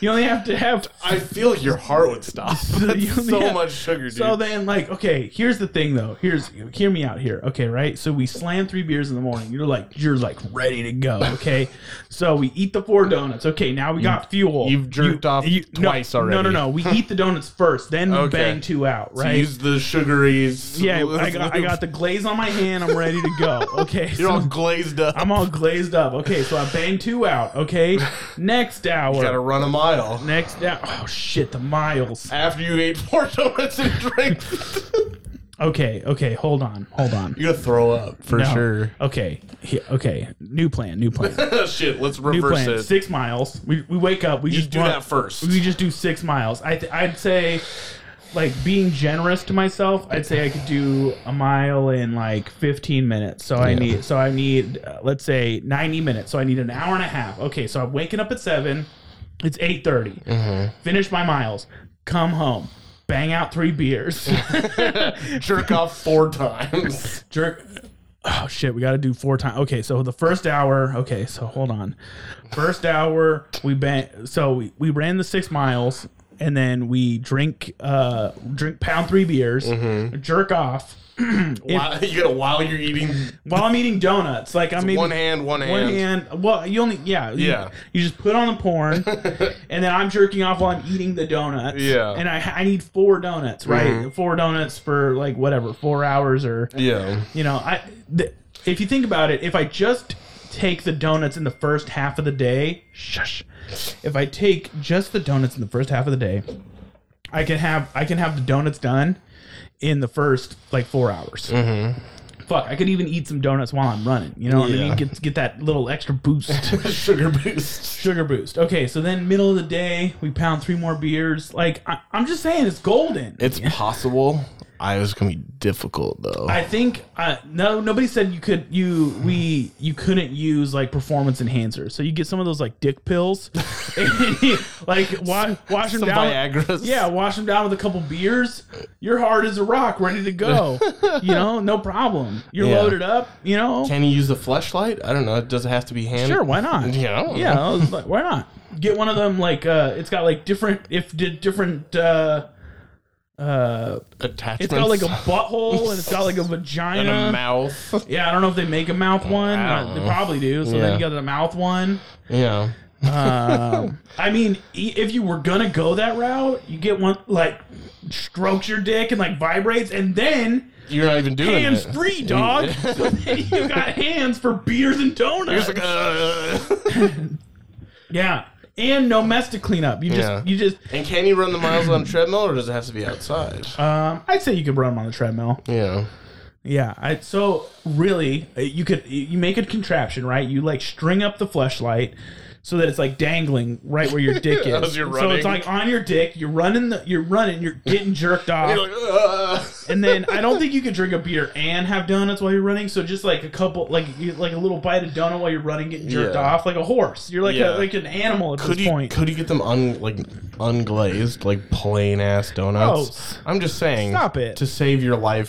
Speaker 3: you only have to have
Speaker 1: I feel like your heart would stop. That's
Speaker 3: You-
Speaker 1: so
Speaker 3: yeah.
Speaker 1: much sugar, dude.
Speaker 3: So then, like, okay, here's the thing, though. Here's hear me out here, okay, right? So we slam three beers in the morning. You're like, you're like ready to go, okay? so we eat the four donuts. Okay, now we got fuel.
Speaker 1: you've jerked off
Speaker 3: no,
Speaker 1: twice
Speaker 3: No, no,
Speaker 1: already.
Speaker 3: no. We eat the donuts first, then we
Speaker 1: Okay.
Speaker 3: bang two out,
Speaker 1: So
Speaker 3: right?
Speaker 1: use the sugaries.
Speaker 3: yeah, I got, I got the glaze on my hand. I'm ready to go. Okay,
Speaker 1: You're
Speaker 3: so
Speaker 1: all glazed up.
Speaker 3: I'm all glazed up. Okay, so I bang two out. Okay, next hour.
Speaker 1: Gotta run a mile.
Speaker 3: next hour. Oh shit, the miles.
Speaker 1: After you ate four donuts and drinks,
Speaker 3: Okay, okay, hold on, hold on.
Speaker 1: you're gonna throw up for
Speaker 3: No.
Speaker 1: sure.
Speaker 3: Okay. He- okay. New plan. New plan.
Speaker 1: Shit, let's
Speaker 3: New
Speaker 1: reverse
Speaker 3: plan.
Speaker 1: it.
Speaker 3: Six miles. We, we wake up. We
Speaker 1: You
Speaker 3: just
Speaker 1: do
Speaker 3: run-
Speaker 1: that first.
Speaker 3: We just do six miles. I th- I'd say, like being generous to myself, I'd say I could do a mile in like fifteen minutes. So I need. So I need. Uh, let's say ninety minutes. So I need an hour and a half. Okay. So I'm waking up at seven. It's eight
Speaker 1: Mm-hmm.
Speaker 3: Finish my miles. Come home. Bang out three beers.
Speaker 1: Jerk off four times.
Speaker 3: jerk oh shit we gotta do four times okay so the first hour okay so hold on first hour we bang so we, we ran the six miles and then we drink uh drink pound three beers
Speaker 1: Mm-hmm.
Speaker 3: jerk off
Speaker 1: While, you gotta while you're eating
Speaker 3: while i'm eating donuts like i'm eating
Speaker 1: one hand, one hand.
Speaker 3: one hand well you only yeah you-
Speaker 1: Yeah.
Speaker 3: you, just put on the porn and then i'm jerking off while i'm eating the donuts
Speaker 1: Yeah. Mm-hmm.
Speaker 3: and i i need four donuts right four donuts for like whatever four hours or
Speaker 1: Yeah.
Speaker 3: you know, I th- if you think about it, if I just take the donuts in the first half of the day, shush. If I take just the donuts in the first half of the day, I can have I can have the donuts done in the first like four hours. Mm-hmm. Fuck, I could even eat some donuts while I'm running. You know what I
Speaker 1: Yeah.
Speaker 3: mean? Get get that little extra boost.
Speaker 1: Sugar boost.
Speaker 3: Sugar boost. Okay, so then middle of the day, we pound three more beers. Like I, I'm just saying, it's golden.
Speaker 1: It's possible. I was gonna be difficult though.
Speaker 3: I think uh, no. Nobody said you could you we you couldn't use like performance enhancers. So you get some of those like dick pills, like wa- wash them
Speaker 1: Some
Speaker 3: down.
Speaker 1: Viagra's.
Speaker 3: Yeah, wash them down with a couple beers. You're hard as a rock, ready to go. you know, no problem. You're
Speaker 1: Yeah.
Speaker 3: loaded up. You know,
Speaker 1: Can you use a flashlight? I don't know. Does it have to be hand?
Speaker 3: sure, why not?
Speaker 1: Yeah. I don't
Speaker 3: yeah.
Speaker 1: know.
Speaker 3: I was like, why not? Get one of them. Like, uh, it's got like different if di- different. Uh, uh,
Speaker 1: Attachments.
Speaker 3: it's got like a butthole and it's got like a vagina
Speaker 1: and a mouth.
Speaker 3: Yeah, I don't know if they make a mouth one.
Speaker 1: I don't
Speaker 3: They
Speaker 1: know.
Speaker 3: probably do. So
Speaker 1: Yeah.
Speaker 3: then you got a mouth one.
Speaker 1: Yeah.
Speaker 3: Um, I mean, e- if you were gonna go that route, you get one like strokes your dick and like vibrates, and then
Speaker 1: You're not even doing
Speaker 3: hands
Speaker 1: it.
Speaker 3: free, dog. so then you got hands for beers and donuts.
Speaker 1: It's like, uh,
Speaker 3: yeah, and no mess to clean up. You just
Speaker 1: Yeah.
Speaker 3: you just.
Speaker 1: and can you run the miles on a treadmill, or does it have to be outside?
Speaker 3: Um, I'd say you could run them on the treadmill.
Speaker 1: yeah.
Speaker 3: Yeah, I, so really, uh, you could you make a contraption, right? You like string up the fleshlight so that it's like dangling right where your dick is.
Speaker 1: As you're
Speaker 3: So it's
Speaker 1: running.
Speaker 3: like on your dick. You're running. The, you're running. You're getting jerked off,
Speaker 1: You're like, uh,
Speaker 3: And then I don't think you could drink a beer and have donuts while you're running. So just like a couple, like you- like a little bite of donut while you're running, getting jerked
Speaker 1: Yeah.
Speaker 3: off like a horse. You're like
Speaker 1: Yeah.
Speaker 3: a, like an animal at
Speaker 1: Could
Speaker 3: this
Speaker 1: you
Speaker 3: point.
Speaker 1: could you get them un like unglazed like plain ass donuts?
Speaker 3: Gross.
Speaker 1: I'm just saying.
Speaker 3: Stop it.
Speaker 1: to save your life.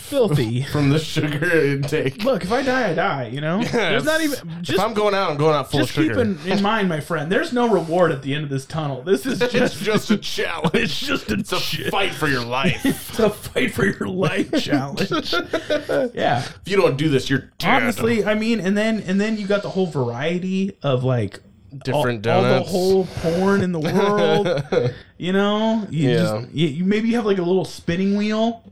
Speaker 3: Filthy.
Speaker 1: from the sugar intake.
Speaker 3: Look, if I die, I die. You know, there's not even
Speaker 1: if
Speaker 3: just
Speaker 1: I'm going out, I'm going out full
Speaker 3: just
Speaker 1: of sugar.
Speaker 3: keep in, in mind, my friend. There's no reward at the end of this tunnel. This is
Speaker 1: it's
Speaker 3: just
Speaker 1: just a challenge. It's
Speaker 2: just a
Speaker 1: it's a fight for your life. if
Speaker 3: a fight for your life challenge. yeah,
Speaker 1: you don't do this, you're dead.
Speaker 3: honestly, I mean, and then and then you got the whole variety of like
Speaker 1: different
Speaker 3: all, all
Speaker 1: donuts.
Speaker 3: the whole porn in the world. you know, you
Speaker 1: Yeah.
Speaker 3: just you, you maybe you have like a little spinning wheel.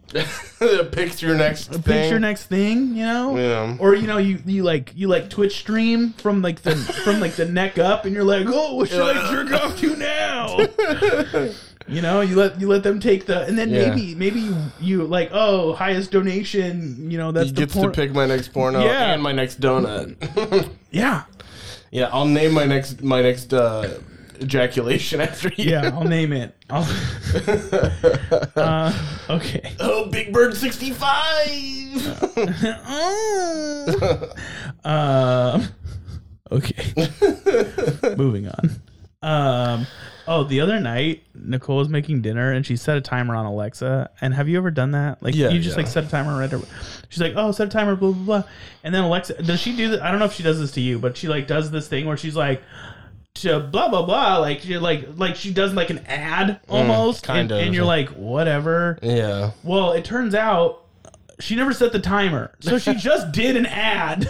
Speaker 1: Picture your next thing.
Speaker 3: Picture next thing, you know.
Speaker 1: Yeah.
Speaker 3: Or you know you you like you like Twitch stream from like the from like the neck up, and you're like, oh, what should I jerk off to now? you know, you let you let them take the, and then
Speaker 1: Yeah.
Speaker 3: maybe maybe you, you like oh highest donation, you know that's
Speaker 1: He
Speaker 3: the
Speaker 1: gets
Speaker 3: porn.
Speaker 1: to pick my next porno
Speaker 3: Yeah.
Speaker 1: and my next donut.
Speaker 3: Yeah,
Speaker 1: yeah, I'll name my next my next uh, ejaculation after you.
Speaker 3: yeah, I'll name it. I'll, uh, okay.
Speaker 1: Oh, Big Bird 65!
Speaker 3: Um, okay. Moving on. Um, oh, the other night, Nicole was making dinner and she set a timer on Alexa. And have you ever done that? Like,
Speaker 1: Yeah,
Speaker 3: you just
Speaker 1: yeah.
Speaker 3: like set a timer right over. She's like, oh, set a timer, blah, blah, blah. And then Alexa, does she do that? I don't know if she does this to you, but she like does this thing where she's like, to blah blah blah like you're like like she does like an ad almost
Speaker 1: Mm,
Speaker 3: and-
Speaker 1: kinda,
Speaker 3: and you're
Speaker 1: yeah.
Speaker 3: like whatever
Speaker 1: yeah.
Speaker 3: well, it turns out she never set the timer. So she just did an ad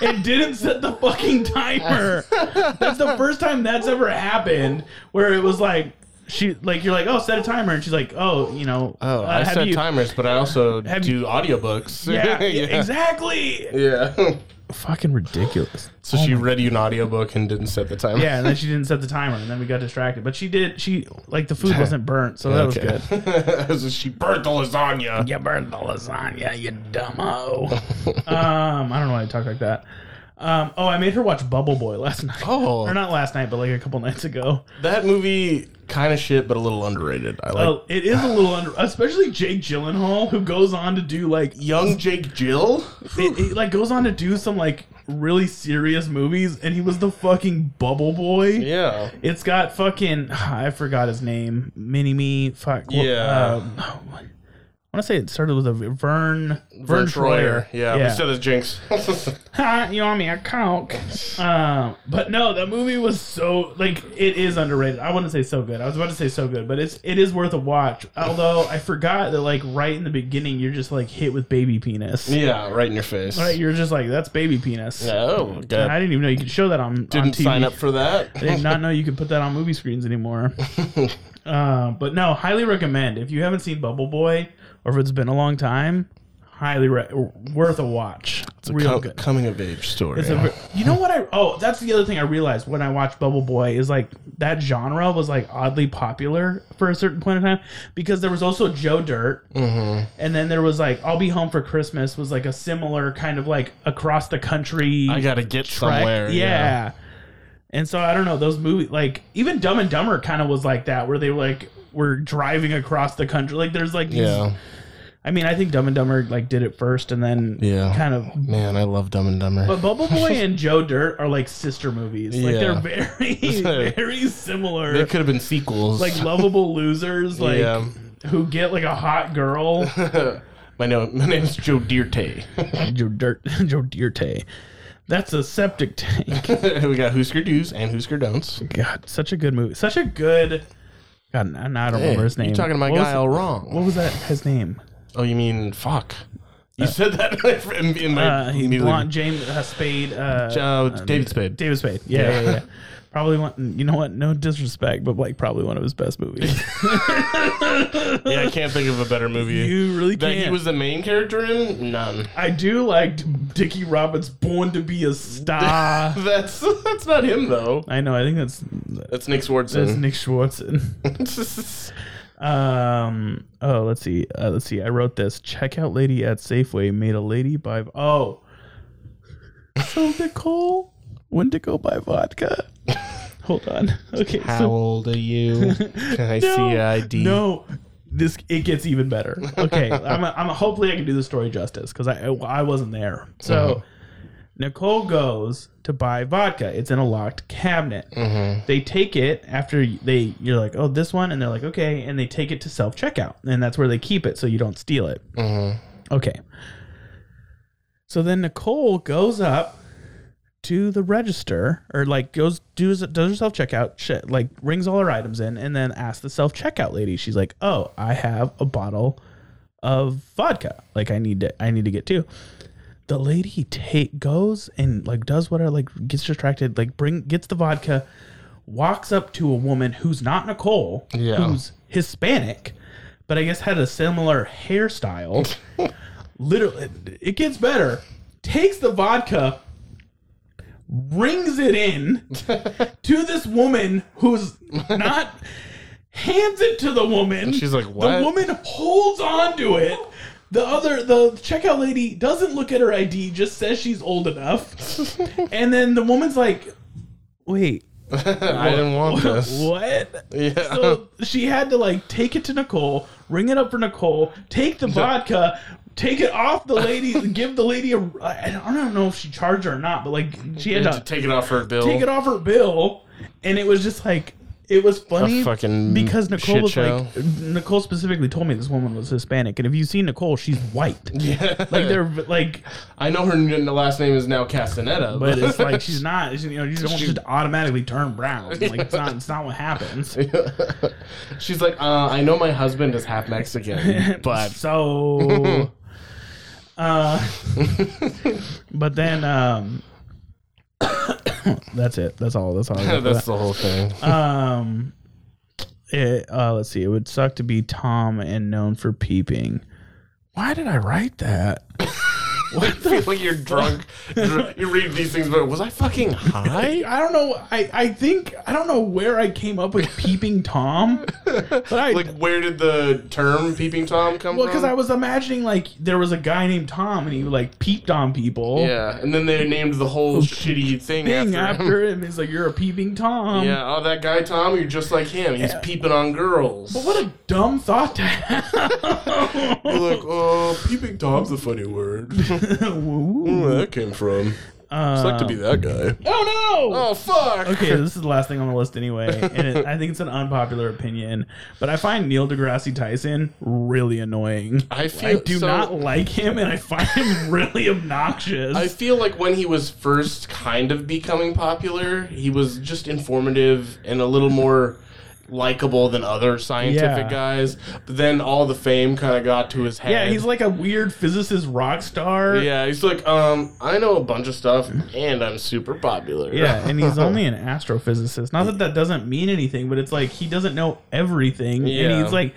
Speaker 3: and didn't set the fucking timer. That's the first time that's ever happened where it was like she like you're like, "Oh, set a timer." And she's like, "Oh, you know,
Speaker 1: Oh,
Speaker 3: uh,
Speaker 1: I
Speaker 3: have
Speaker 1: set
Speaker 3: you-
Speaker 1: timers, but I also
Speaker 3: have
Speaker 1: do audiobooks.
Speaker 3: Yeah,
Speaker 1: yeah.
Speaker 3: exactly.
Speaker 1: Yeah.
Speaker 3: Fucking ridiculous.
Speaker 1: So she read you an audiobook and didn't set the timer.
Speaker 3: Um, Yeah, and then she didn't set the timer, and then we got distracted. But she did. She like the food wasn't burnt, so that was good.
Speaker 1: good. so she burnt the lasagna.
Speaker 3: You burned the lasagna, you dumbo. um, I don't know why I talk like that. Um, oh, I made her watch Bubble Boy last night.
Speaker 1: Oh.
Speaker 3: or not last night, but like a couple nights ago.
Speaker 1: That movie kind of shit, but a little underrated. I like.
Speaker 3: Oh, it is a little under, especially Jake Gyllenhaal, who goes on to do like it,
Speaker 1: Young Jake Jill.
Speaker 3: it, like goes on to do some like really serious movies, and he was the fucking Bubble Boy.
Speaker 1: Yeah.
Speaker 3: It's got fucking I forgot his name, Mini Me. Fuck well,
Speaker 1: Yeah.
Speaker 3: um, I want to say it started with a Vern Vern,
Speaker 1: Vern Troyer.
Speaker 3: Troyer.
Speaker 1: Yeah. We said it's Jinx.
Speaker 3: Huh, you owe me a coke. Um, but no, the movie was so like it is underrated. I wouldn't say so good. I was about to say so good, but it's it is worth a watch. Although I forgot that like right in the beginning, you're just like hit with baby penis.
Speaker 1: yeah. Right in your face.
Speaker 3: Right, you're just like that's baby penis.
Speaker 1: Oh,
Speaker 3: And I
Speaker 1: God.
Speaker 3: didn't even know you could show that on on
Speaker 1: Didn't
Speaker 3: TV.
Speaker 1: sign up for that.
Speaker 3: I did not know you could put that on movie screens anymore. uh, but no, highly recommend if you haven't seen Bubble Boy or if it's been a long time. Highly re- worth a watch. It's real
Speaker 1: Com-
Speaker 3: good.
Speaker 1: Coming of age story.
Speaker 3: It's a ver- you know what I oh that's the other thing I realized when I watched Bubble Boy is like that genre was like oddly popular for a certain point in time because there was also Joe Dirt
Speaker 1: Mm-hmm.
Speaker 3: and then there was like I'll Be Home for Christmas was like a similar kind of like across the country
Speaker 1: I gotta get
Speaker 3: track.
Speaker 1: somewhere.
Speaker 3: yeah. and so I don't know those movies like even Dumb and Dumber kind of was like that where they were like were driving across the country like there's like these,
Speaker 1: Yeah.
Speaker 3: I mean I think Dumb and Dumber like did it first and then
Speaker 1: Yeah.
Speaker 3: kind of
Speaker 1: Man, I love Dumb and Dumber.
Speaker 3: but Bubble Boy and Joe Dirt are like sister movies. Like
Speaker 1: Yeah.
Speaker 3: they're very, very similar.
Speaker 1: they could have been sequels.
Speaker 3: like lovable losers, like
Speaker 1: Yeah.
Speaker 3: who get like a hot girl.
Speaker 1: my name, my name's Joe Dirte.
Speaker 3: Joe Dirt, Joe Dirte. That's a septic tank.
Speaker 1: we got Husker Do's and Husker Don'ts.
Speaker 3: God, such a good movie. Such a good. God, now now I don't remember his name.
Speaker 1: You talking to my
Speaker 3: what
Speaker 1: guy
Speaker 3: Was,
Speaker 1: all wrong?
Speaker 3: what was that? His name?
Speaker 1: oh, you mean fuck? You said that in, in my
Speaker 3: Uh, he,
Speaker 1: immediately-
Speaker 3: blonde James uh, Spade. Uh,
Speaker 1: Uh, David Spade.
Speaker 3: David Spade. Yeah, yeah, yeah. Probably one. You know what? No disrespect, but like probably one of his best movies.
Speaker 1: yeah, I can't think of a better movie.
Speaker 3: you really
Speaker 1: that
Speaker 3: can't.
Speaker 1: he was the main character in? None.
Speaker 3: I do like Dickie Roberts, born to be a star.
Speaker 1: That's that's not him though.
Speaker 3: I know. I think that's
Speaker 1: That's Nick
Speaker 3: that's
Speaker 1: Swardson.
Speaker 3: Nick Schwartzen. Um. Oh, let's see. Uh, let's see. I wrote this. Checkout lady at Safeway made a lady buy. Oh. So Nicole went to go buy vodka. Hold on. Okay. so
Speaker 1: old are you? Can I
Speaker 3: no, no, this it gets even better. Okay, I'm, a, I'm a, hopefully I can do the story justice because I I wasn't there. So
Speaker 1: Mm-hmm.
Speaker 3: Nicole goes to buy vodka. It's in a locked cabinet. They take it after they you're like oh this one and they're like okay and they take it to self checkout and that's where they keep it so you don't steal it. Okay. So then Nicole goes up to the register or like goes does does her self checkout shit like rings all her items in and then asks the self checkout lady she's like oh i have a bottle of vodka like i need to i need to get two the lady take goes and like does what I like gets distracted like bring gets the vodka walks up to a woman who's not nicole
Speaker 1: Yeah.
Speaker 3: who's hispanic but i guess had a similar hairstyle literally it gets better takes the vodka rings it in to this woman who's not hands it to the woman
Speaker 1: she's like, "What?"
Speaker 3: the woman holds on to it the other the checkout lady doesn't look at her id just says she's old enough and then the woman's like wait
Speaker 1: I didn't want this.
Speaker 3: what
Speaker 1: Yeah.
Speaker 3: so she had to like take it to Nicole, ring it up for Nicole, take the vodka, take it off the lady, give the lady a. I don't- I don't know if she charged her or not, but like she had
Speaker 1: to
Speaker 3: to
Speaker 1: take it off her bill.
Speaker 3: take it off her bill, and it was just like it was funny
Speaker 1: A fucking
Speaker 3: because Nicole
Speaker 1: shit
Speaker 3: was
Speaker 1: show.
Speaker 3: like Nicole specifically told me this woman was Hispanic, and if you see Nicole, she's white.
Speaker 1: Yeah.
Speaker 3: Like they're like,
Speaker 1: I know her n- last name is now Castaneda,
Speaker 3: but it's like she's not. You know, you don't just automatically turn brown. Like it's not. It's not what happens.
Speaker 1: she's like, uh, I know my husband is half Mexican, but
Speaker 3: So, uh, but then, um, that's it. That's all. That's all. I got for
Speaker 1: that's the whole thing.
Speaker 3: that. um, it, uh, let's see. It would suck to be Tom and known for peeping. Why did I write that?
Speaker 1: I feel like you're drunk. Dr- you read these things, but was I fucking high?
Speaker 3: I don't know. I, I think I don't know where I came up with peeping Tom, but I
Speaker 1: Like, where did the term "peeping tom" come
Speaker 3: well
Speaker 1: from?
Speaker 3: because I was imagining like there was a guy named Tom and he like peeped on people.
Speaker 1: yeah, and then they named the whole shitty thing, after, him.
Speaker 3: Thing after him is like you're a peeping Tom.
Speaker 1: Yeah, oh, that guy Tom, you're just like him. He's peeping on girls.
Speaker 3: But what a dumb thought to have.
Speaker 1: You're like, oh, peeping tom's a funny word. Where that came from? It's like to be that guy.
Speaker 3: oh no!
Speaker 1: Oh fuck!
Speaker 3: Okay, this is the last thing on the list anyway, and it, I think it's an unpopular opinion, but I find Neil deGrasse Tyson really annoying.
Speaker 1: I feel
Speaker 3: I do
Speaker 1: so-
Speaker 3: not like him, and I find him really obnoxious.
Speaker 1: I feel like when he was first kind of becoming popular, he was just informative and a little more likable than other scientific
Speaker 3: Yeah.
Speaker 1: guys. But then all the fame kind of got to his head.
Speaker 3: yeah, he's like a weird physicist rock star.
Speaker 1: yeah, he's like, um, I know a bunch of stuff, and I'm super popular.
Speaker 3: Yeah, and he's only an astrophysicist. Not that that doesn't mean anything, but it's like he doesn't know everything,
Speaker 1: Yeah.
Speaker 3: and he's like,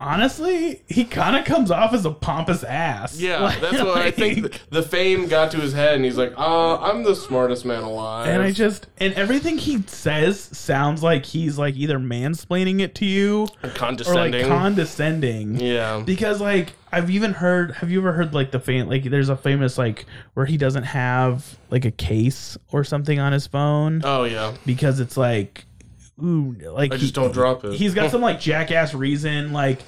Speaker 3: honestly, he kind of comes off as a pompous ass.
Speaker 1: Yeah,
Speaker 3: Like-
Speaker 1: that's what I think.
Speaker 3: like-
Speaker 1: th- The fame got to his head, and he's like, "Uh, I'm the smartest man alive."
Speaker 3: And I just and everything he says sounds like he's like either mansplaining it to you or like
Speaker 1: condescending.
Speaker 3: condescending.
Speaker 1: yeah,
Speaker 3: Because like I've even heard have you ever heard like the fam- like there's a famous like where he doesn't have like a case or something on his phone
Speaker 1: oh yeah. because
Speaker 3: because it's like ooh like
Speaker 1: I just don't drop it.
Speaker 3: he's got some like jackass reason like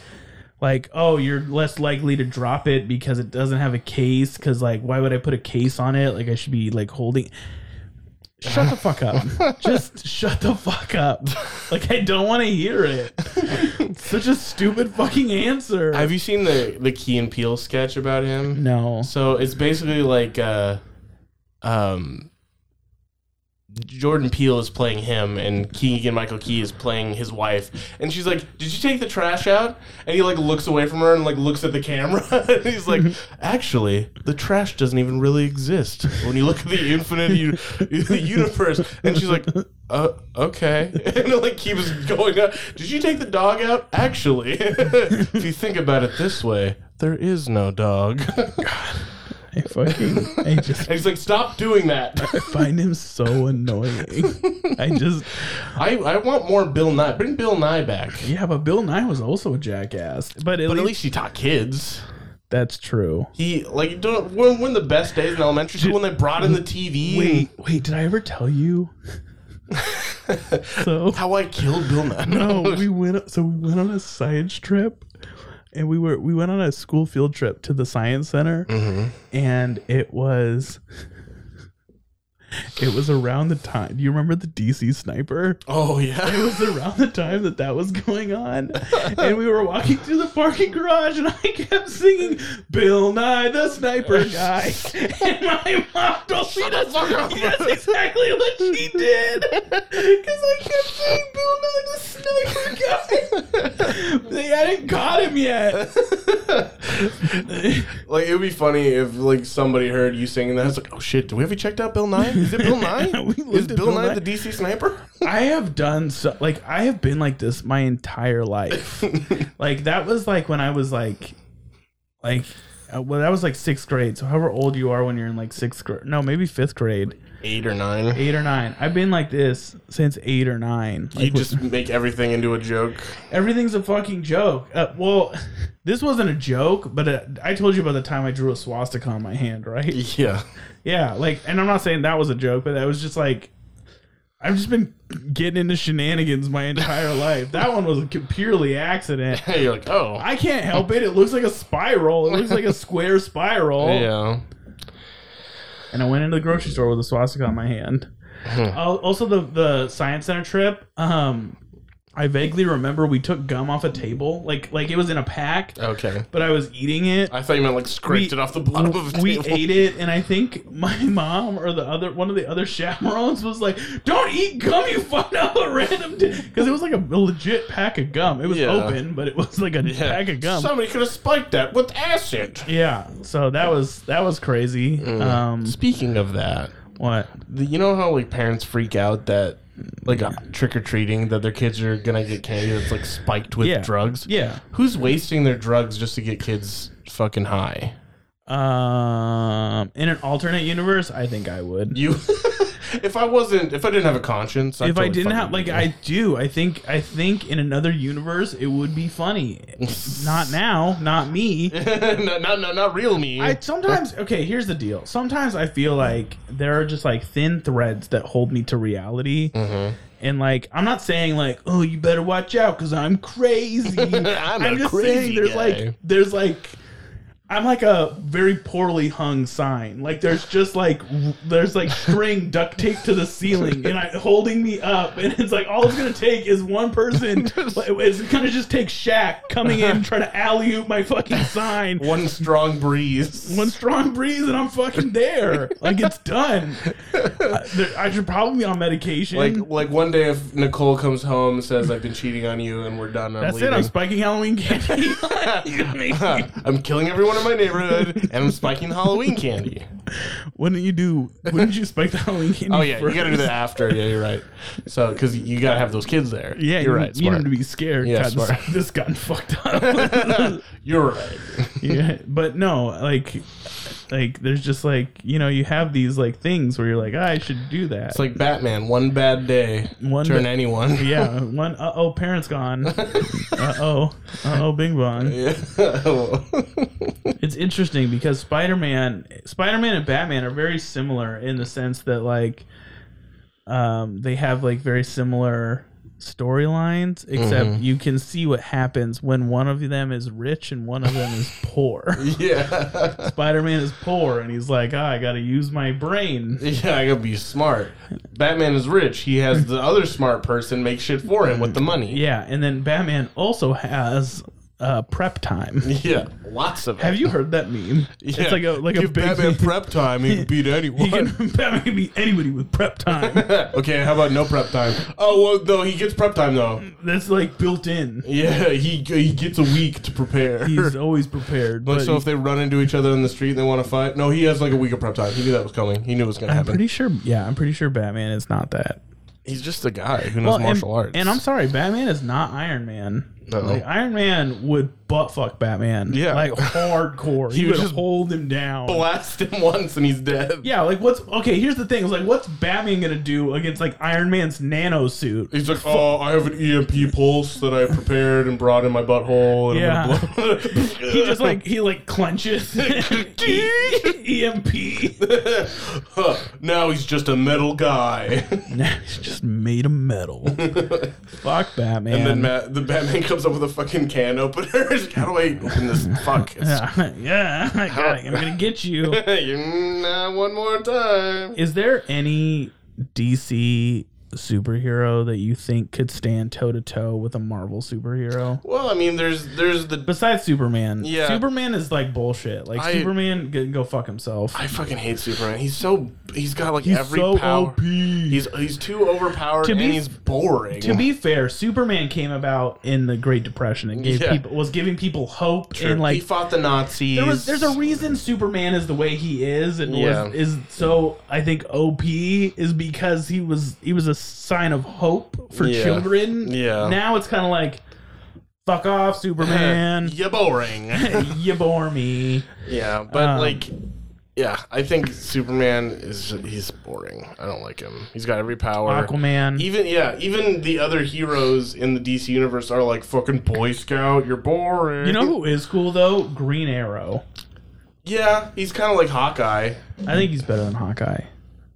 Speaker 3: like oh you're less likely to drop it because it doesn't have a case because like why would i put a case on it like i should be like holding shut the fuck up just shut the fuck up like i don't want to hear it such a stupid fucking answer
Speaker 1: Have you seen the the Key and Peele sketch about him?
Speaker 3: no
Speaker 1: So it's basically like uh um Jordan Peele is playing him and Keegan Michael Key is playing his wife and she's like, "Did you take the trash out?" And he like looks away from her and like looks at the camera and he's like, "Actually, the trash doesn't even really exist. When you look at the infinite u- the universe." And she's like, "Uh, okay." And it like keeps going up. "Did you take the dog out?" Actually, if you think about it this way, there is no dog.
Speaker 3: i fucking i just
Speaker 1: And he's like, stop doing that.
Speaker 3: find him so annoying i just
Speaker 1: I, I want more Bill Nye. Bring Bill Nye back.
Speaker 3: yeah but bill nye was also a jackass but at,
Speaker 1: But at
Speaker 3: least,
Speaker 1: least he taught kids.
Speaker 3: that's true
Speaker 1: He like you don't when, when the best days in elementary school when they brought in the TV.
Speaker 3: Wait, wait, did I ever tell you
Speaker 5: So
Speaker 1: How I killed Bill Nye.
Speaker 3: No, we went. So we went on a science trip, and we were we went on a school field trip to the science center, and it was. It was around the time. Do you remember the DC sniper?
Speaker 1: Oh yeah.
Speaker 3: It was around the time that that was going on, and we were walking through the parking garage, and I kept singing "Bill Nye the Sniper Guy," and my mom told me to Yes, exactly what she did. Because I kept saying Bill Nye the Sniper Guy. they hadn't caught him yet.
Speaker 1: Like it would be funny if like somebody heard you singing that. It's like, oh shit, do we have you checked out Bill Nye? Is it Bill Nye?
Speaker 3: We looked
Speaker 1: Is
Speaker 3: at
Speaker 1: Bill,
Speaker 3: Bill
Speaker 1: Nye,
Speaker 3: Nye.
Speaker 1: the DC sniper?
Speaker 3: I have done so, like, I have been like this my entire life. like, that was like when I was like, like, uh, well, that was like sixth grade. So, however old you are when you're in like sixth grade, no, maybe fifth grade,
Speaker 1: Eight or nine.
Speaker 3: eight or nine. I've been like this since eight or nine. Like,
Speaker 1: You just make everything into a joke.
Speaker 3: Everything's a fucking joke. Uh, well, this wasn't a joke, but uh, I told you about the time I drew a swastika on my hand, right?
Speaker 1: Yeah.
Speaker 3: Yeah, like, and I'm not saying that was a joke, but that was just like, I've just been getting into shenanigans my entire life. That one was a c- purely accident.
Speaker 1: Hey, you're like, oh.
Speaker 3: I can't help it. It looks like a spiral. It looks like a square spiral.
Speaker 1: yeah.
Speaker 3: And I went into the grocery store with a swastika on my hand. Al- also, the the science center trip. Um, I vaguely remember we took gum off a table, like like it was in a pack,
Speaker 1: Okay.
Speaker 3: but I was eating it.
Speaker 1: I thought you meant like scraped it off the bottom of the
Speaker 3: we
Speaker 1: table.
Speaker 3: ate it, and I think my mom or the other one of the other chaperones was like, "Don't eat gum, you fuck up a random," because it was like a legit pack of gum. It was
Speaker 1: Yeah.
Speaker 3: open, but it was like a
Speaker 1: Yeah.
Speaker 3: pack of gum.
Speaker 1: Somebody could have spiked that with acid.
Speaker 3: yeah, so that was that was crazy.
Speaker 1: Mm.
Speaker 3: Um,
Speaker 1: Speaking of that,
Speaker 3: what?
Speaker 1: the- you know how like parents freak out that like trick or treating that their kids are gonna get candy that's like spiked with
Speaker 3: Yeah.
Speaker 1: drugs.
Speaker 3: Yeah.
Speaker 1: Who's wasting their drugs just to get kids fucking high?
Speaker 3: Um, in an alternate universe, I think I would.
Speaker 1: You. if I wasn't, if I didn't have a conscience,
Speaker 3: If I didn't have, like, I do. I think, I think in another universe, it would be funny. not now, not me.
Speaker 1: not, not, not, not real me.
Speaker 3: I sometimes okay. Here's the deal. Sometimes I feel like there are just like thin threads that hold me to reality,
Speaker 1: Mm-hmm.
Speaker 3: and like I'm not saying like oh you better watch out because I'm crazy. I'm,
Speaker 1: a crazy
Speaker 3: there's
Speaker 1: guy.
Speaker 3: like there's like I'm like a very poorly hung sign. Like there's just like r- there's like string duct taped to the ceiling and I holding me up, and it's like all it's gonna take is one person. like, it's gonna just take Shaq coming in trying to alley oop my fucking sign
Speaker 1: one strong breeze.
Speaker 3: one strong breeze and I'm fucking there. Like it's done. I, there- I should probably be on medication.
Speaker 1: like, like one day if Nicole comes home and says I've been cheating on you and we're done, I'm
Speaker 3: that's
Speaker 1: leaving.
Speaker 3: it. I'm spiking Halloween candy. You make me-
Speaker 1: I'm killing everyone in my neighborhood and I'm spiking Halloween candy.
Speaker 3: wouldn't you do? Wouldn't you spike the Halloween candy?
Speaker 1: Oh yeah, you
Speaker 3: first?
Speaker 1: gotta do that after. Yeah, you're right. So because you gotta have those kids there.
Speaker 3: Yeah,
Speaker 1: you're
Speaker 3: you,
Speaker 1: right.
Speaker 3: You need
Speaker 1: Smart.
Speaker 3: to be scared.
Speaker 1: Yeah,
Speaker 3: God,
Speaker 1: smart.
Speaker 3: This, this gotten fucked up.
Speaker 1: you're right.
Speaker 3: yeah, but no, like, like there's just like you know you have these like things where you're like "Ah, I should do that.
Speaker 1: It's like Batman. One bad day,
Speaker 3: One
Speaker 1: turn
Speaker 3: ba-
Speaker 1: anyone.
Speaker 3: yeah, one uh oh, parents gone. uh oh, uh oh, Bing Bong.
Speaker 1: Oh.
Speaker 3: It's interesting because Spider-Man, Spider-Man and Batman are very similar in the sense that like um they have like very similar storylines except
Speaker 1: Mm-hmm.
Speaker 3: you can see what happens when one of them is rich and one of them is poor.
Speaker 1: yeah,
Speaker 3: Spider-Man is poor and he's like, "Ah, I got to use my brain."
Speaker 1: yeah. I gotta be smart. Batman is rich. He has the other smart person make shit for him with the money.
Speaker 3: Yeah, and then Batman also has uh prep time.
Speaker 1: Yeah, lots of it.
Speaker 3: Have you heard that meme?
Speaker 1: Yeah.
Speaker 3: It's like a like a
Speaker 1: Give
Speaker 3: big
Speaker 1: Batman prep time. He can beat
Speaker 3: he
Speaker 1: anyone.
Speaker 3: can, Batman can beat anybody with prep time.
Speaker 1: okay, how about no prep time? Oh well, though he gets prep time though.
Speaker 3: That's like built in.
Speaker 1: Yeah, he he gets a week to prepare.
Speaker 3: He's always prepared.
Speaker 1: Like
Speaker 3: But
Speaker 1: so, if they run into each other in the street and they want to fight, no, he has like a week of prep time. He knew that was coming. He knew it was gonna
Speaker 3: I'm
Speaker 1: happen.
Speaker 3: pretty sure. Yeah, I'm pretty sure Batman is not that.
Speaker 1: He's just a guy who knows
Speaker 3: and,
Speaker 1: martial arts.
Speaker 3: and I'm sorry, Batman is not Iron Man.
Speaker 1: Uh-oh.
Speaker 3: Like Iron Man would butt fuck Batman.
Speaker 1: Yeah.
Speaker 3: Like hardcore. he,
Speaker 1: He would
Speaker 3: would
Speaker 1: just
Speaker 3: hold him down.
Speaker 1: Blast him once and he's dead.
Speaker 3: yeah, like what's okay, here's the thing, is like what's Batman gonna do against like Iron Man's nano suit?
Speaker 1: He's like, oh, I have an EMP pulse that I prepared and brought in my butthole. And I'm
Speaker 3: Yeah.
Speaker 1: gonna blow-
Speaker 3: He just like he like clenches E EMP.
Speaker 1: Huh, now he's just a metal guy.
Speaker 3: Now he's just made of metal. Fuck Batman.
Speaker 1: and then Matt, the Batman comes up with a fucking can opener. He's like, How do I open this? Fuck. It's-
Speaker 3: yeah, yeah, I got it. I'm gonna get you.
Speaker 1: Mm, nah, one more time.
Speaker 3: Is there any DC superhero that you think could stand toe to toe with a Marvel superhero?
Speaker 1: Well, I mean, there's there's the.
Speaker 3: Besides Superman,
Speaker 1: Yeah.
Speaker 3: Superman is like bullshit. Like
Speaker 1: I-
Speaker 3: Superman can go fuck himself.
Speaker 1: I fucking hate Superman. He's so he's got like
Speaker 3: He's
Speaker 1: every
Speaker 3: so
Speaker 1: power.
Speaker 3: OP.
Speaker 1: He's he's too overpowered
Speaker 3: To be-
Speaker 1: and he's boring.
Speaker 3: to be fair, Superman came about in the Great Depression and gave
Speaker 1: Yeah.
Speaker 3: people was giving people hope and
Speaker 1: he
Speaker 3: like
Speaker 1: fought the Nazis.
Speaker 3: there was there's a reason Superman is the way he is and
Speaker 1: Yeah.
Speaker 3: was, is so I think OP is because he was he was a sign of hope for
Speaker 1: Yeah.
Speaker 3: children.
Speaker 1: Yeah.
Speaker 3: Now it's kind of like fuck off Superman.
Speaker 1: you Eh, boring.
Speaker 3: you bore me.
Speaker 1: yeah, but
Speaker 3: Um,
Speaker 1: like, yeah, I think Superman is he's boring. I don't like him. He's got every power.
Speaker 3: Aquaman.
Speaker 1: Even yeah, even the other heroes in the DC universe are like fucking Boy Scout. You're boring.
Speaker 3: You know who is cool though? Green Arrow.
Speaker 1: Yeah, he's kind of like Hawkeye.
Speaker 3: I think he's better than Hawkeye.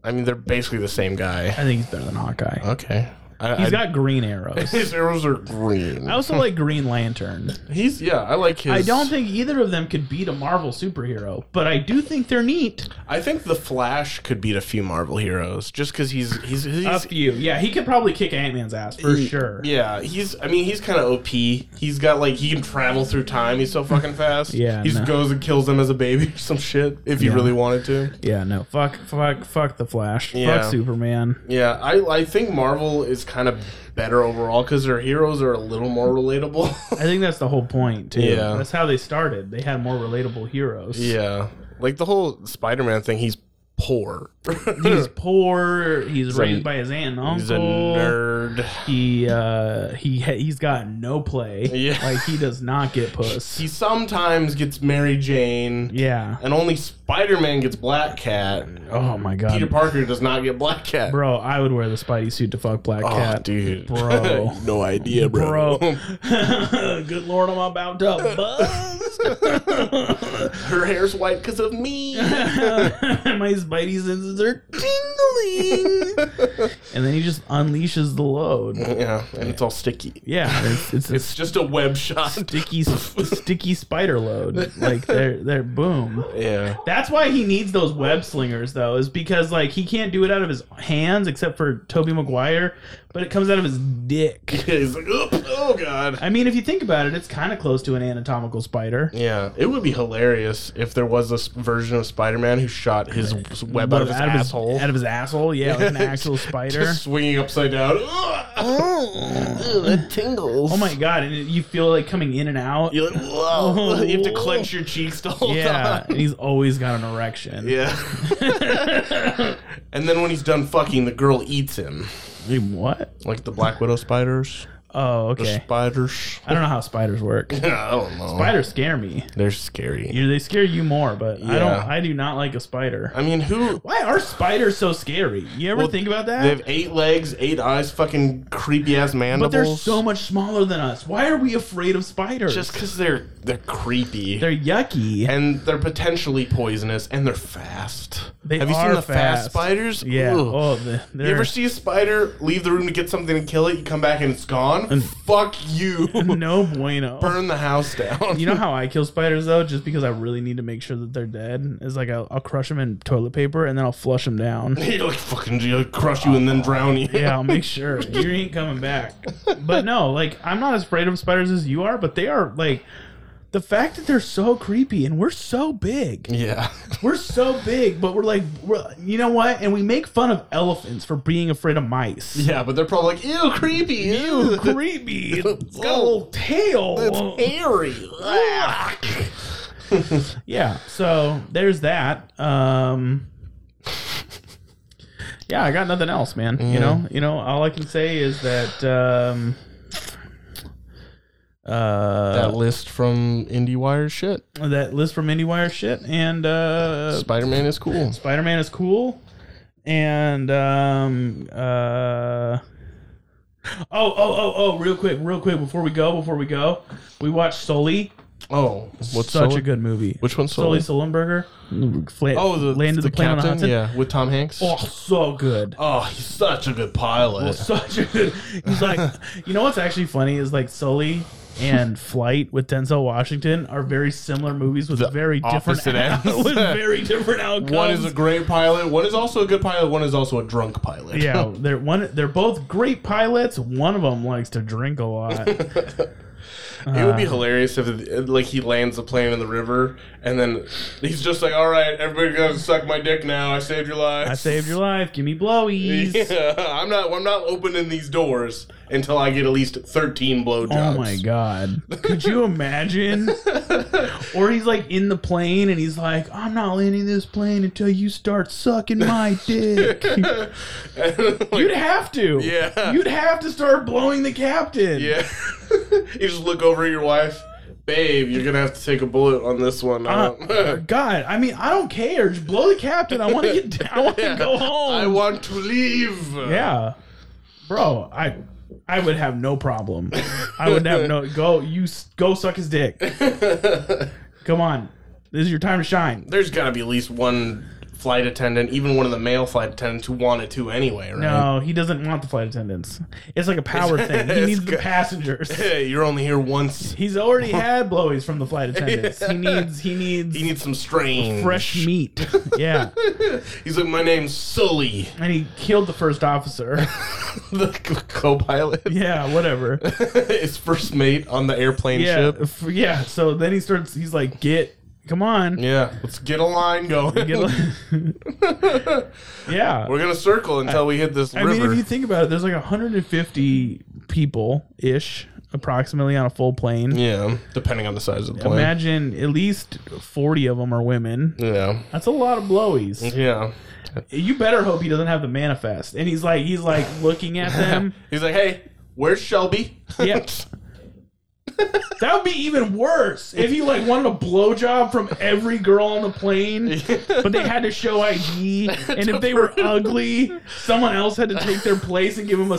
Speaker 1: I mean, they're basically the same guy.
Speaker 3: I think he's better than Hawkeye.
Speaker 1: Okay. Uh, I,
Speaker 3: He's
Speaker 1: I-
Speaker 3: got green arrows.
Speaker 1: his arrows are green.
Speaker 3: I also like Green Lantern.
Speaker 1: He's yeah, I like his.
Speaker 3: I don't think either of them could beat a Marvel superhero, but I do think they're neat.
Speaker 1: I think the Flash could beat a few Marvel heroes just because he's he's, he's
Speaker 3: A few. Yeah, he could probably kick Ant Man's ass for sure.
Speaker 1: Yeah, he's. I mean, he's kind of OP. He's got like he can travel through time. He's so fucking fast.
Speaker 3: Yeah,
Speaker 1: he just
Speaker 3: no.
Speaker 1: goes and kills them as a baby or some shit if he really wanted to.
Speaker 3: Yeah, no. Fuck, fuck, fuck the Flash.
Speaker 1: Yeah.
Speaker 3: Fuck Superman.
Speaker 1: Yeah, I I think Marvel is kind of better overall because their heroes are a little more relatable.
Speaker 3: I think that's the whole point, too.
Speaker 1: Yeah.
Speaker 3: That's how they started. They had more relatable heroes.
Speaker 1: yeah, like the whole Spider-Man thing. He's poor.
Speaker 3: He's poor. He's raised
Speaker 1: a-
Speaker 3: by his aunt and uncle.
Speaker 1: He's a nerd.
Speaker 3: He uh he ha- he's got no play.
Speaker 1: Yeah.
Speaker 3: Like he does not get puss.
Speaker 1: He sometimes gets Mary Jane,
Speaker 3: yeah.
Speaker 1: and only Spider-Man gets Black Cat.
Speaker 3: Oh my god.
Speaker 1: Peter Parker does not get Black Cat.
Speaker 3: Bro, I would wear the Spidey suit to fuck Black
Speaker 1: Oh,
Speaker 3: Cat.
Speaker 1: dude,
Speaker 3: Bro.
Speaker 1: no idea,
Speaker 3: Bro, good lord, I'm about to buzz.
Speaker 1: Her hair's white because of me.
Speaker 3: My spidey senses are tingling. and then he just unleashes the load.
Speaker 1: yeah, and it's all sticky.
Speaker 3: Yeah, it's, it's a
Speaker 1: It's just a web shot.
Speaker 3: sticky, s- sticky spider load. Like they're they're boom.
Speaker 1: Yeah.
Speaker 3: That's why he needs those web slingers though, is because like he can't do it out of his hands except for Toby Maguire, but it comes out of his dick.
Speaker 1: He's like, "Oop, oh god.
Speaker 3: I mean, if you think about it, it's kind of close to an anatomical spider.
Speaker 1: Yeah, it would be hilarious if there was this version of Spider-Man who shot his web out of his asshole,
Speaker 3: out of his asshole, yeah, like an actual spider.
Speaker 1: just swinging upside down. Oh, it tingles.
Speaker 3: Oh my god! And you feel like coming in and out.
Speaker 1: You're like, whoa. You have to clench your cheeks the whole
Speaker 3: Yeah,
Speaker 1: time.
Speaker 3: and he's always got an erection.
Speaker 1: Yeah. and then when he's done fucking, the girl eats him.
Speaker 3: Wait, What?
Speaker 1: Like the Black Widow spiders.
Speaker 3: Oh, okay.
Speaker 1: Spiders.
Speaker 3: I don't know how spiders work.
Speaker 1: I don't know.
Speaker 3: Spiders scare me.
Speaker 1: They're scary.
Speaker 3: You- They scare you more, but I don't.
Speaker 1: Yeah.
Speaker 3: I do not like a spider.
Speaker 1: I mean, who?
Speaker 3: Why are spiders so scary? You ever
Speaker 1: Well,
Speaker 3: think about
Speaker 1: They
Speaker 3: that?
Speaker 1: have eight legs, eight eyes, fucking creepy ass
Speaker 3: But
Speaker 1: mandibles.
Speaker 3: they're so much smaller than us. Why are we afraid of spiders?
Speaker 1: Just because they're they're creepy.
Speaker 3: they're yucky.
Speaker 1: and they're potentially poisonous, and they're fast.
Speaker 3: They
Speaker 1: Have you
Speaker 3: are
Speaker 1: seen the fast,
Speaker 3: fast.
Speaker 1: spiders?
Speaker 3: yeah.
Speaker 1: Ugh.
Speaker 3: Oh, the,
Speaker 1: You
Speaker 3: they're
Speaker 1: ever see a spider leave the room to get something and kill it? You come back and it's gone. Fuck you.
Speaker 3: no bueno.
Speaker 1: Burn the house down.
Speaker 3: You know how I kill spiders though, just because I really need to make sure that they're dead. Is like I'll, I'll crush them in toilet paper and then I'll flush them down.
Speaker 1: He'll like fucking he'll crush you and then drown you.
Speaker 3: Yeah, I'll make sure you ain't coming back. But no, like I'm not as afraid of spiders as you are, but they are like the fact that they're so creepy and we're so big.
Speaker 1: Yeah.
Speaker 3: We're so big, but we're like, we're, you know what? And we make fun of elephants for being afraid of mice.
Speaker 1: Yeah, but they're probably like, ew, creepy, ew,
Speaker 3: Creepy. It's got a little tail.
Speaker 1: hairy. Ugh.
Speaker 3: Yeah, so there's that. Um Yeah, I got nothing else, man. You know, you know, all I can say is that um Uh,
Speaker 1: that list from IndieWire shit.
Speaker 3: that, list from IndieWire shit, and uh,
Speaker 1: Spider Man is cool.
Speaker 3: Spider Man is cool, and um, uh, oh, oh, oh, oh, real quick, real quick, before we go, before we go, we watched Sully.
Speaker 1: Oh, what's
Speaker 3: such
Speaker 1: Sully?
Speaker 3: a good movie.
Speaker 1: Which one's
Speaker 3: Sully
Speaker 1: Sully?
Speaker 3: Sullenberger? Fla-
Speaker 1: Oh, the
Speaker 3: Land of the, Planet of the
Speaker 1: captain.
Speaker 3: Hudson.
Speaker 1: Yeah, with Tom Hanks.
Speaker 3: Oh, so good.
Speaker 1: Oh, he's such a good pilot.
Speaker 3: Such a good. He's like, you know what's actually funny is like Sully and Flight with Denzel Washington are very similar movies with very different
Speaker 1: opposite
Speaker 3: out-
Speaker 1: ends.
Speaker 3: with very different outcomes.
Speaker 1: One is a great pilot. One is also a good pilot. One is also a drunk pilot.
Speaker 3: yeah, they're one. They're both great pilots. One of them likes to drink a lot.
Speaker 1: It would be
Speaker 3: Um,
Speaker 1: hilarious if, like, he lands the plane in the river, and then he's just like, "All right, everybody goes suck my dick now. I saved your lives.
Speaker 3: I saved your life. Give me blowies.
Speaker 1: Yeah, I'm not. I'm not opening these doors until I get at least 13 blowjobs.
Speaker 3: Oh my god. Could you imagine? or he's like in the plane and he's like, I'm not landing this plane until you start sucking my dick.
Speaker 1: god.
Speaker 3: You'd have to.
Speaker 1: Yeah.
Speaker 3: You'd have to start blowing the captain.
Speaker 1: yeah. you just look over at your wife, babe. You're gonna have to take a bullet on this one. Um, I
Speaker 3: Uh,
Speaker 1: don't-
Speaker 3: God, I mean, I don't care. Just blow the captain. I want to get down. I want to go home.
Speaker 1: I want to leave.
Speaker 3: Oh. yeah. Bro, I I would have no problem. I would have no go you s- go suck his dick. Come on. This is your time to shine.
Speaker 1: There's got to be at least one flight attendant, even one of the male flight attendants, who wanted to anyway, right?
Speaker 3: No, he doesn't want the flight attendants. It's like a power thing. He
Speaker 1: it's
Speaker 3: needs the
Speaker 1: good.
Speaker 3: passengers.
Speaker 1: Hey, you're only here once.
Speaker 3: He's already had blowies from the flight attendants. He needs he needs
Speaker 1: You need some strange.
Speaker 3: fresh meat. Yeah.
Speaker 1: He's like, my name's Sully,
Speaker 3: And he killed the first officer.
Speaker 1: the c- co-pilot.
Speaker 3: Yeah, whatever.
Speaker 1: His first mate on the airplane
Speaker 3: Yeah.
Speaker 1: ship.
Speaker 3: f- Yeah. So then he starts he's like, get come on.
Speaker 1: Yeah, let's get a line going.
Speaker 3: Get a- yeah.
Speaker 1: We're gonna circle until we hit this
Speaker 3: I
Speaker 1: river.
Speaker 3: mean, if you think about it, there's like 150 people ish, approximately on a full plane.
Speaker 1: yeah, depending on the size of the plane.
Speaker 3: Imagine at least 40 of them are women.
Speaker 1: yeah,
Speaker 3: That's a lot of blowies.
Speaker 1: yeah.
Speaker 3: You better hope he doesn't have the manifest. And he's like, he's like looking at them.
Speaker 1: He's like, hey, where's Shelby?
Speaker 3: Yep. That would be even worse if you like wanted a blowjob from every girl on the plane, but they had to show ID, and if they were ugly, someone else had to take their place and give him a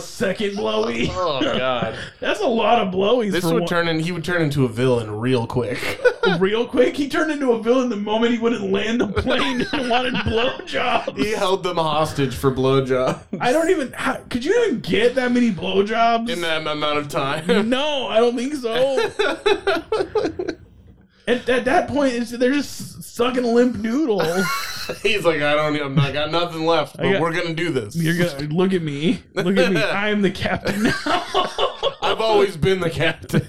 Speaker 3: second blowy.
Speaker 1: oh God,
Speaker 3: That's a lot of blowies.
Speaker 1: this
Speaker 3: for
Speaker 1: would
Speaker 3: one-
Speaker 1: turn in. He would turn into a villain real quick.
Speaker 3: real quick. He turned into a villain the moment he wouldn't land the plane and wanted blowjobs.
Speaker 1: he held them hostage for blowjob
Speaker 3: I don't even. How, could you even get that many blowjobs?
Speaker 1: in that amount of time.
Speaker 3: No, I don't think so. at, at that point, it's, they're just sucking limp noodle.
Speaker 1: He's like, I don't. I'm not got nothing left, but
Speaker 3: got-
Speaker 1: we're gonna do this.
Speaker 3: You're gonna look at me. Look at me. I am the captain now.
Speaker 1: I've always been the captain.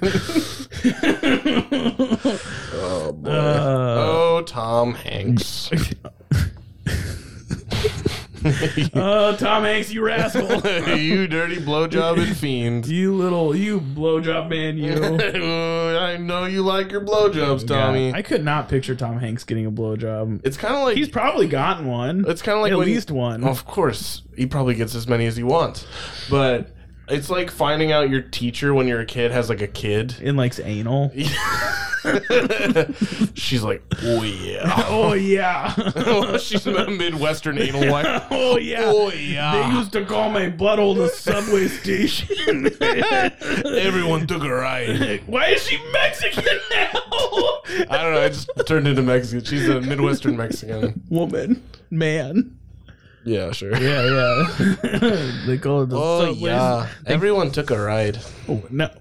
Speaker 1: oh boy.
Speaker 3: Uh,
Speaker 1: oh Tom Hanks.
Speaker 3: Oh, Tom Hanks, you rascal.
Speaker 1: you dirty blowjobbing fiend.
Speaker 3: you little, you blowjob man, you.
Speaker 1: Ooh, I know you like your blowjobs, Tommy.
Speaker 3: I could not picture Tom Hanks getting a blowjob.
Speaker 1: it's kind of like
Speaker 3: He's probably gotten one.
Speaker 1: it's kind of like
Speaker 3: at
Speaker 1: when- Oh.
Speaker 3: least one.
Speaker 1: Of course, he probably gets as many as he wants, but it's like finding out your teacher when you're a kid has like a kid.
Speaker 3: in like anal.
Speaker 1: She's like, oh yeah.
Speaker 3: Oh yeah.
Speaker 1: She's a midwestern anal wife.
Speaker 3: oh yeah.
Speaker 1: Oh
Speaker 3: They
Speaker 1: yeah.
Speaker 3: used to call my butthole the subway station.
Speaker 1: Everyone took a ride.
Speaker 3: Why is she Mexican now?
Speaker 1: I don't know. I just turned into Mexican. She's a midwestern Mexican.
Speaker 3: Woman, man.
Speaker 1: Yeah, sure.
Speaker 3: Yeah, yeah. they call it the
Speaker 1: Oh
Speaker 3: subway.
Speaker 1: yeah. Everyone took a ride.
Speaker 3: Oh, no,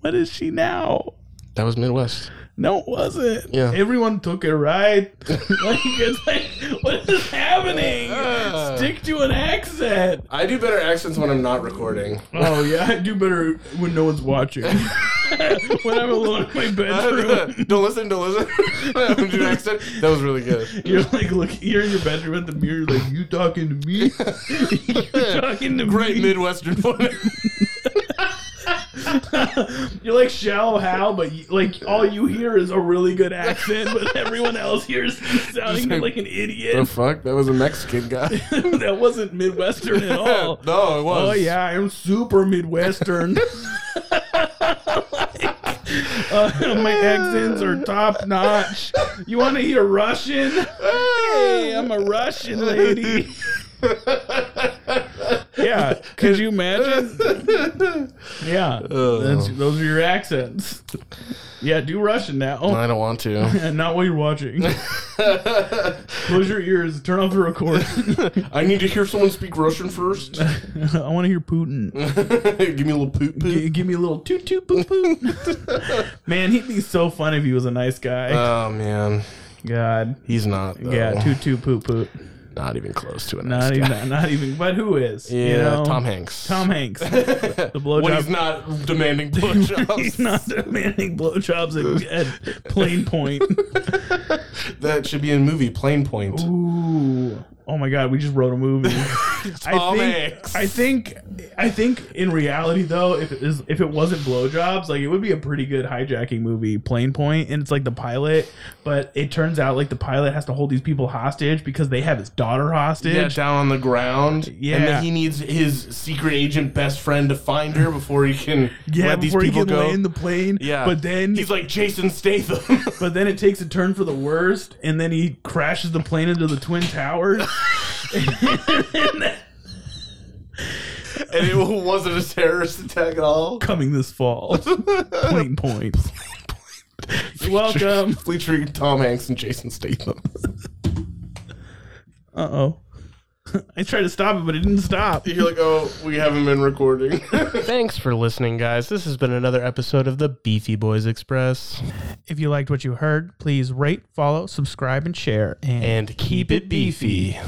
Speaker 3: what is she now?
Speaker 1: That was Midwest.
Speaker 3: No, it wasn't.
Speaker 1: Yeah.
Speaker 3: Everyone took it right. like, it's like, what is happening?
Speaker 1: Uh.
Speaker 3: Stick to an accent.
Speaker 1: I do better accents when I'm not recording.
Speaker 3: Oh yeah, I do better when no one's watching. when I'm alone in my bedroom,
Speaker 1: don't listen, don't listen. I'm doing accent. That was really good.
Speaker 3: you're like, look, you're in your bedroom at the mirror, like, you talking to me? you talking to
Speaker 1: Great
Speaker 3: me?
Speaker 1: Midwestern woman.
Speaker 3: You're like shallow Hal, but you, like all you hear is a really good accent, but everyone else hears you sounding
Speaker 1: like-
Speaker 3: like, an
Speaker 1: the
Speaker 3: idiot.
Speaker 1: Oh, fuck? That was a Mexican guy.
Speaker 3: that wasn't Midwestern at all.
Speaker 1: no, it was.
Speaker 3: Oh yeah, I'm super Midwestern. Uh, my accents are top notch. You want to hear Russian?
Speaker 1: Ah.
Speaker 3: Hey, I'm a Russian lady. yeah, could you imagine? Yeah, that's, those are your accents. Yeah, do Russian now.
Speaker 1: I don't want to.
Speaker 3: And not while you're watching. Close your ears. Turn off the recording.
Speaker 1: I need to hear someone speak Russian first.
Speaker 3: I want to hear Putin.
Speaker 1: Give me a little poop
Speaker 3: G-
Speaker 1: poop.
Speaker 3: give me a little toot toot boop boop. Man, he'd be so fun if he was a nice guy.
Speaker 1: Oh man,
Speaker 3: God.
Speaker 1: he's not. Though.
Speaker 3: Yeah, toot toot poot poot.
Speaker 1: not even close to a nice
Speaker 3: Not
Speaker 1: guy.
Speaker 3: even, not, even, but who is?
Speaker 1: Yeah,
Speaker 3: you know?
Speaker 1: Tom Hanks.
Speaker 3: Tom Hanks. the blowjob.
Speaker 1: When he's not demanding
Speaker 3: He's
Speaker 1: blowjobs,
Speaker 3: not demanding blowjobs at, at plain point.
Speaker 1: that should be in movie Plain Point.
Speaker 3: Ooh. Oh my God, we just wrote a movie. I
Speaker 1: Tom
Speaker 3: think,
Speaker 1: Hanks.
Speaker 3: I think, I think in reality though, if it is, if it wasn't blowjobs, like it would be a pretty good hijacking movie, Plane Point, and it's like the pilot, but it turns out like the pilot has to hold these people hostage because they have his daughter
Speaker 1: yeah,
Speaker 3: hostage.
Speaker 1: down on the ground. and
Speaker 3: Yeah.
Speaker 1: then he needs his secret agent best friend to find her before he can let these
Speaker 3: before
Speaker 1: people
Speaker 3: he can
Speaker 1: go.
Speaker 3: land the plane.
Speaker 1: yeah,
Speaker 3: but then
Speaker 1: he's like Jason Statham.
Speaker 3: But then it takes a turn for the worst, and then he crashes the plane into the twin towers.
Speaker 1: and it wasn't a terrorist attack at all.
Speaker 3: Coming this fall, plane point. Welcome.
Speaker 1: Featuring Tom Hanks and Jason Statham.
Speaker 3: Uh oh. I tried to stop it, but it didn't stop.
Speaker 1: You're like, oh, we haven't been recording. Thanks for listening, guys. This has been another episode of the Beefy Boys Express.
Speaker 3: If you liked what you heard, please rate, follow, subscribe, and share.
Speaker 1: And keep it beefy.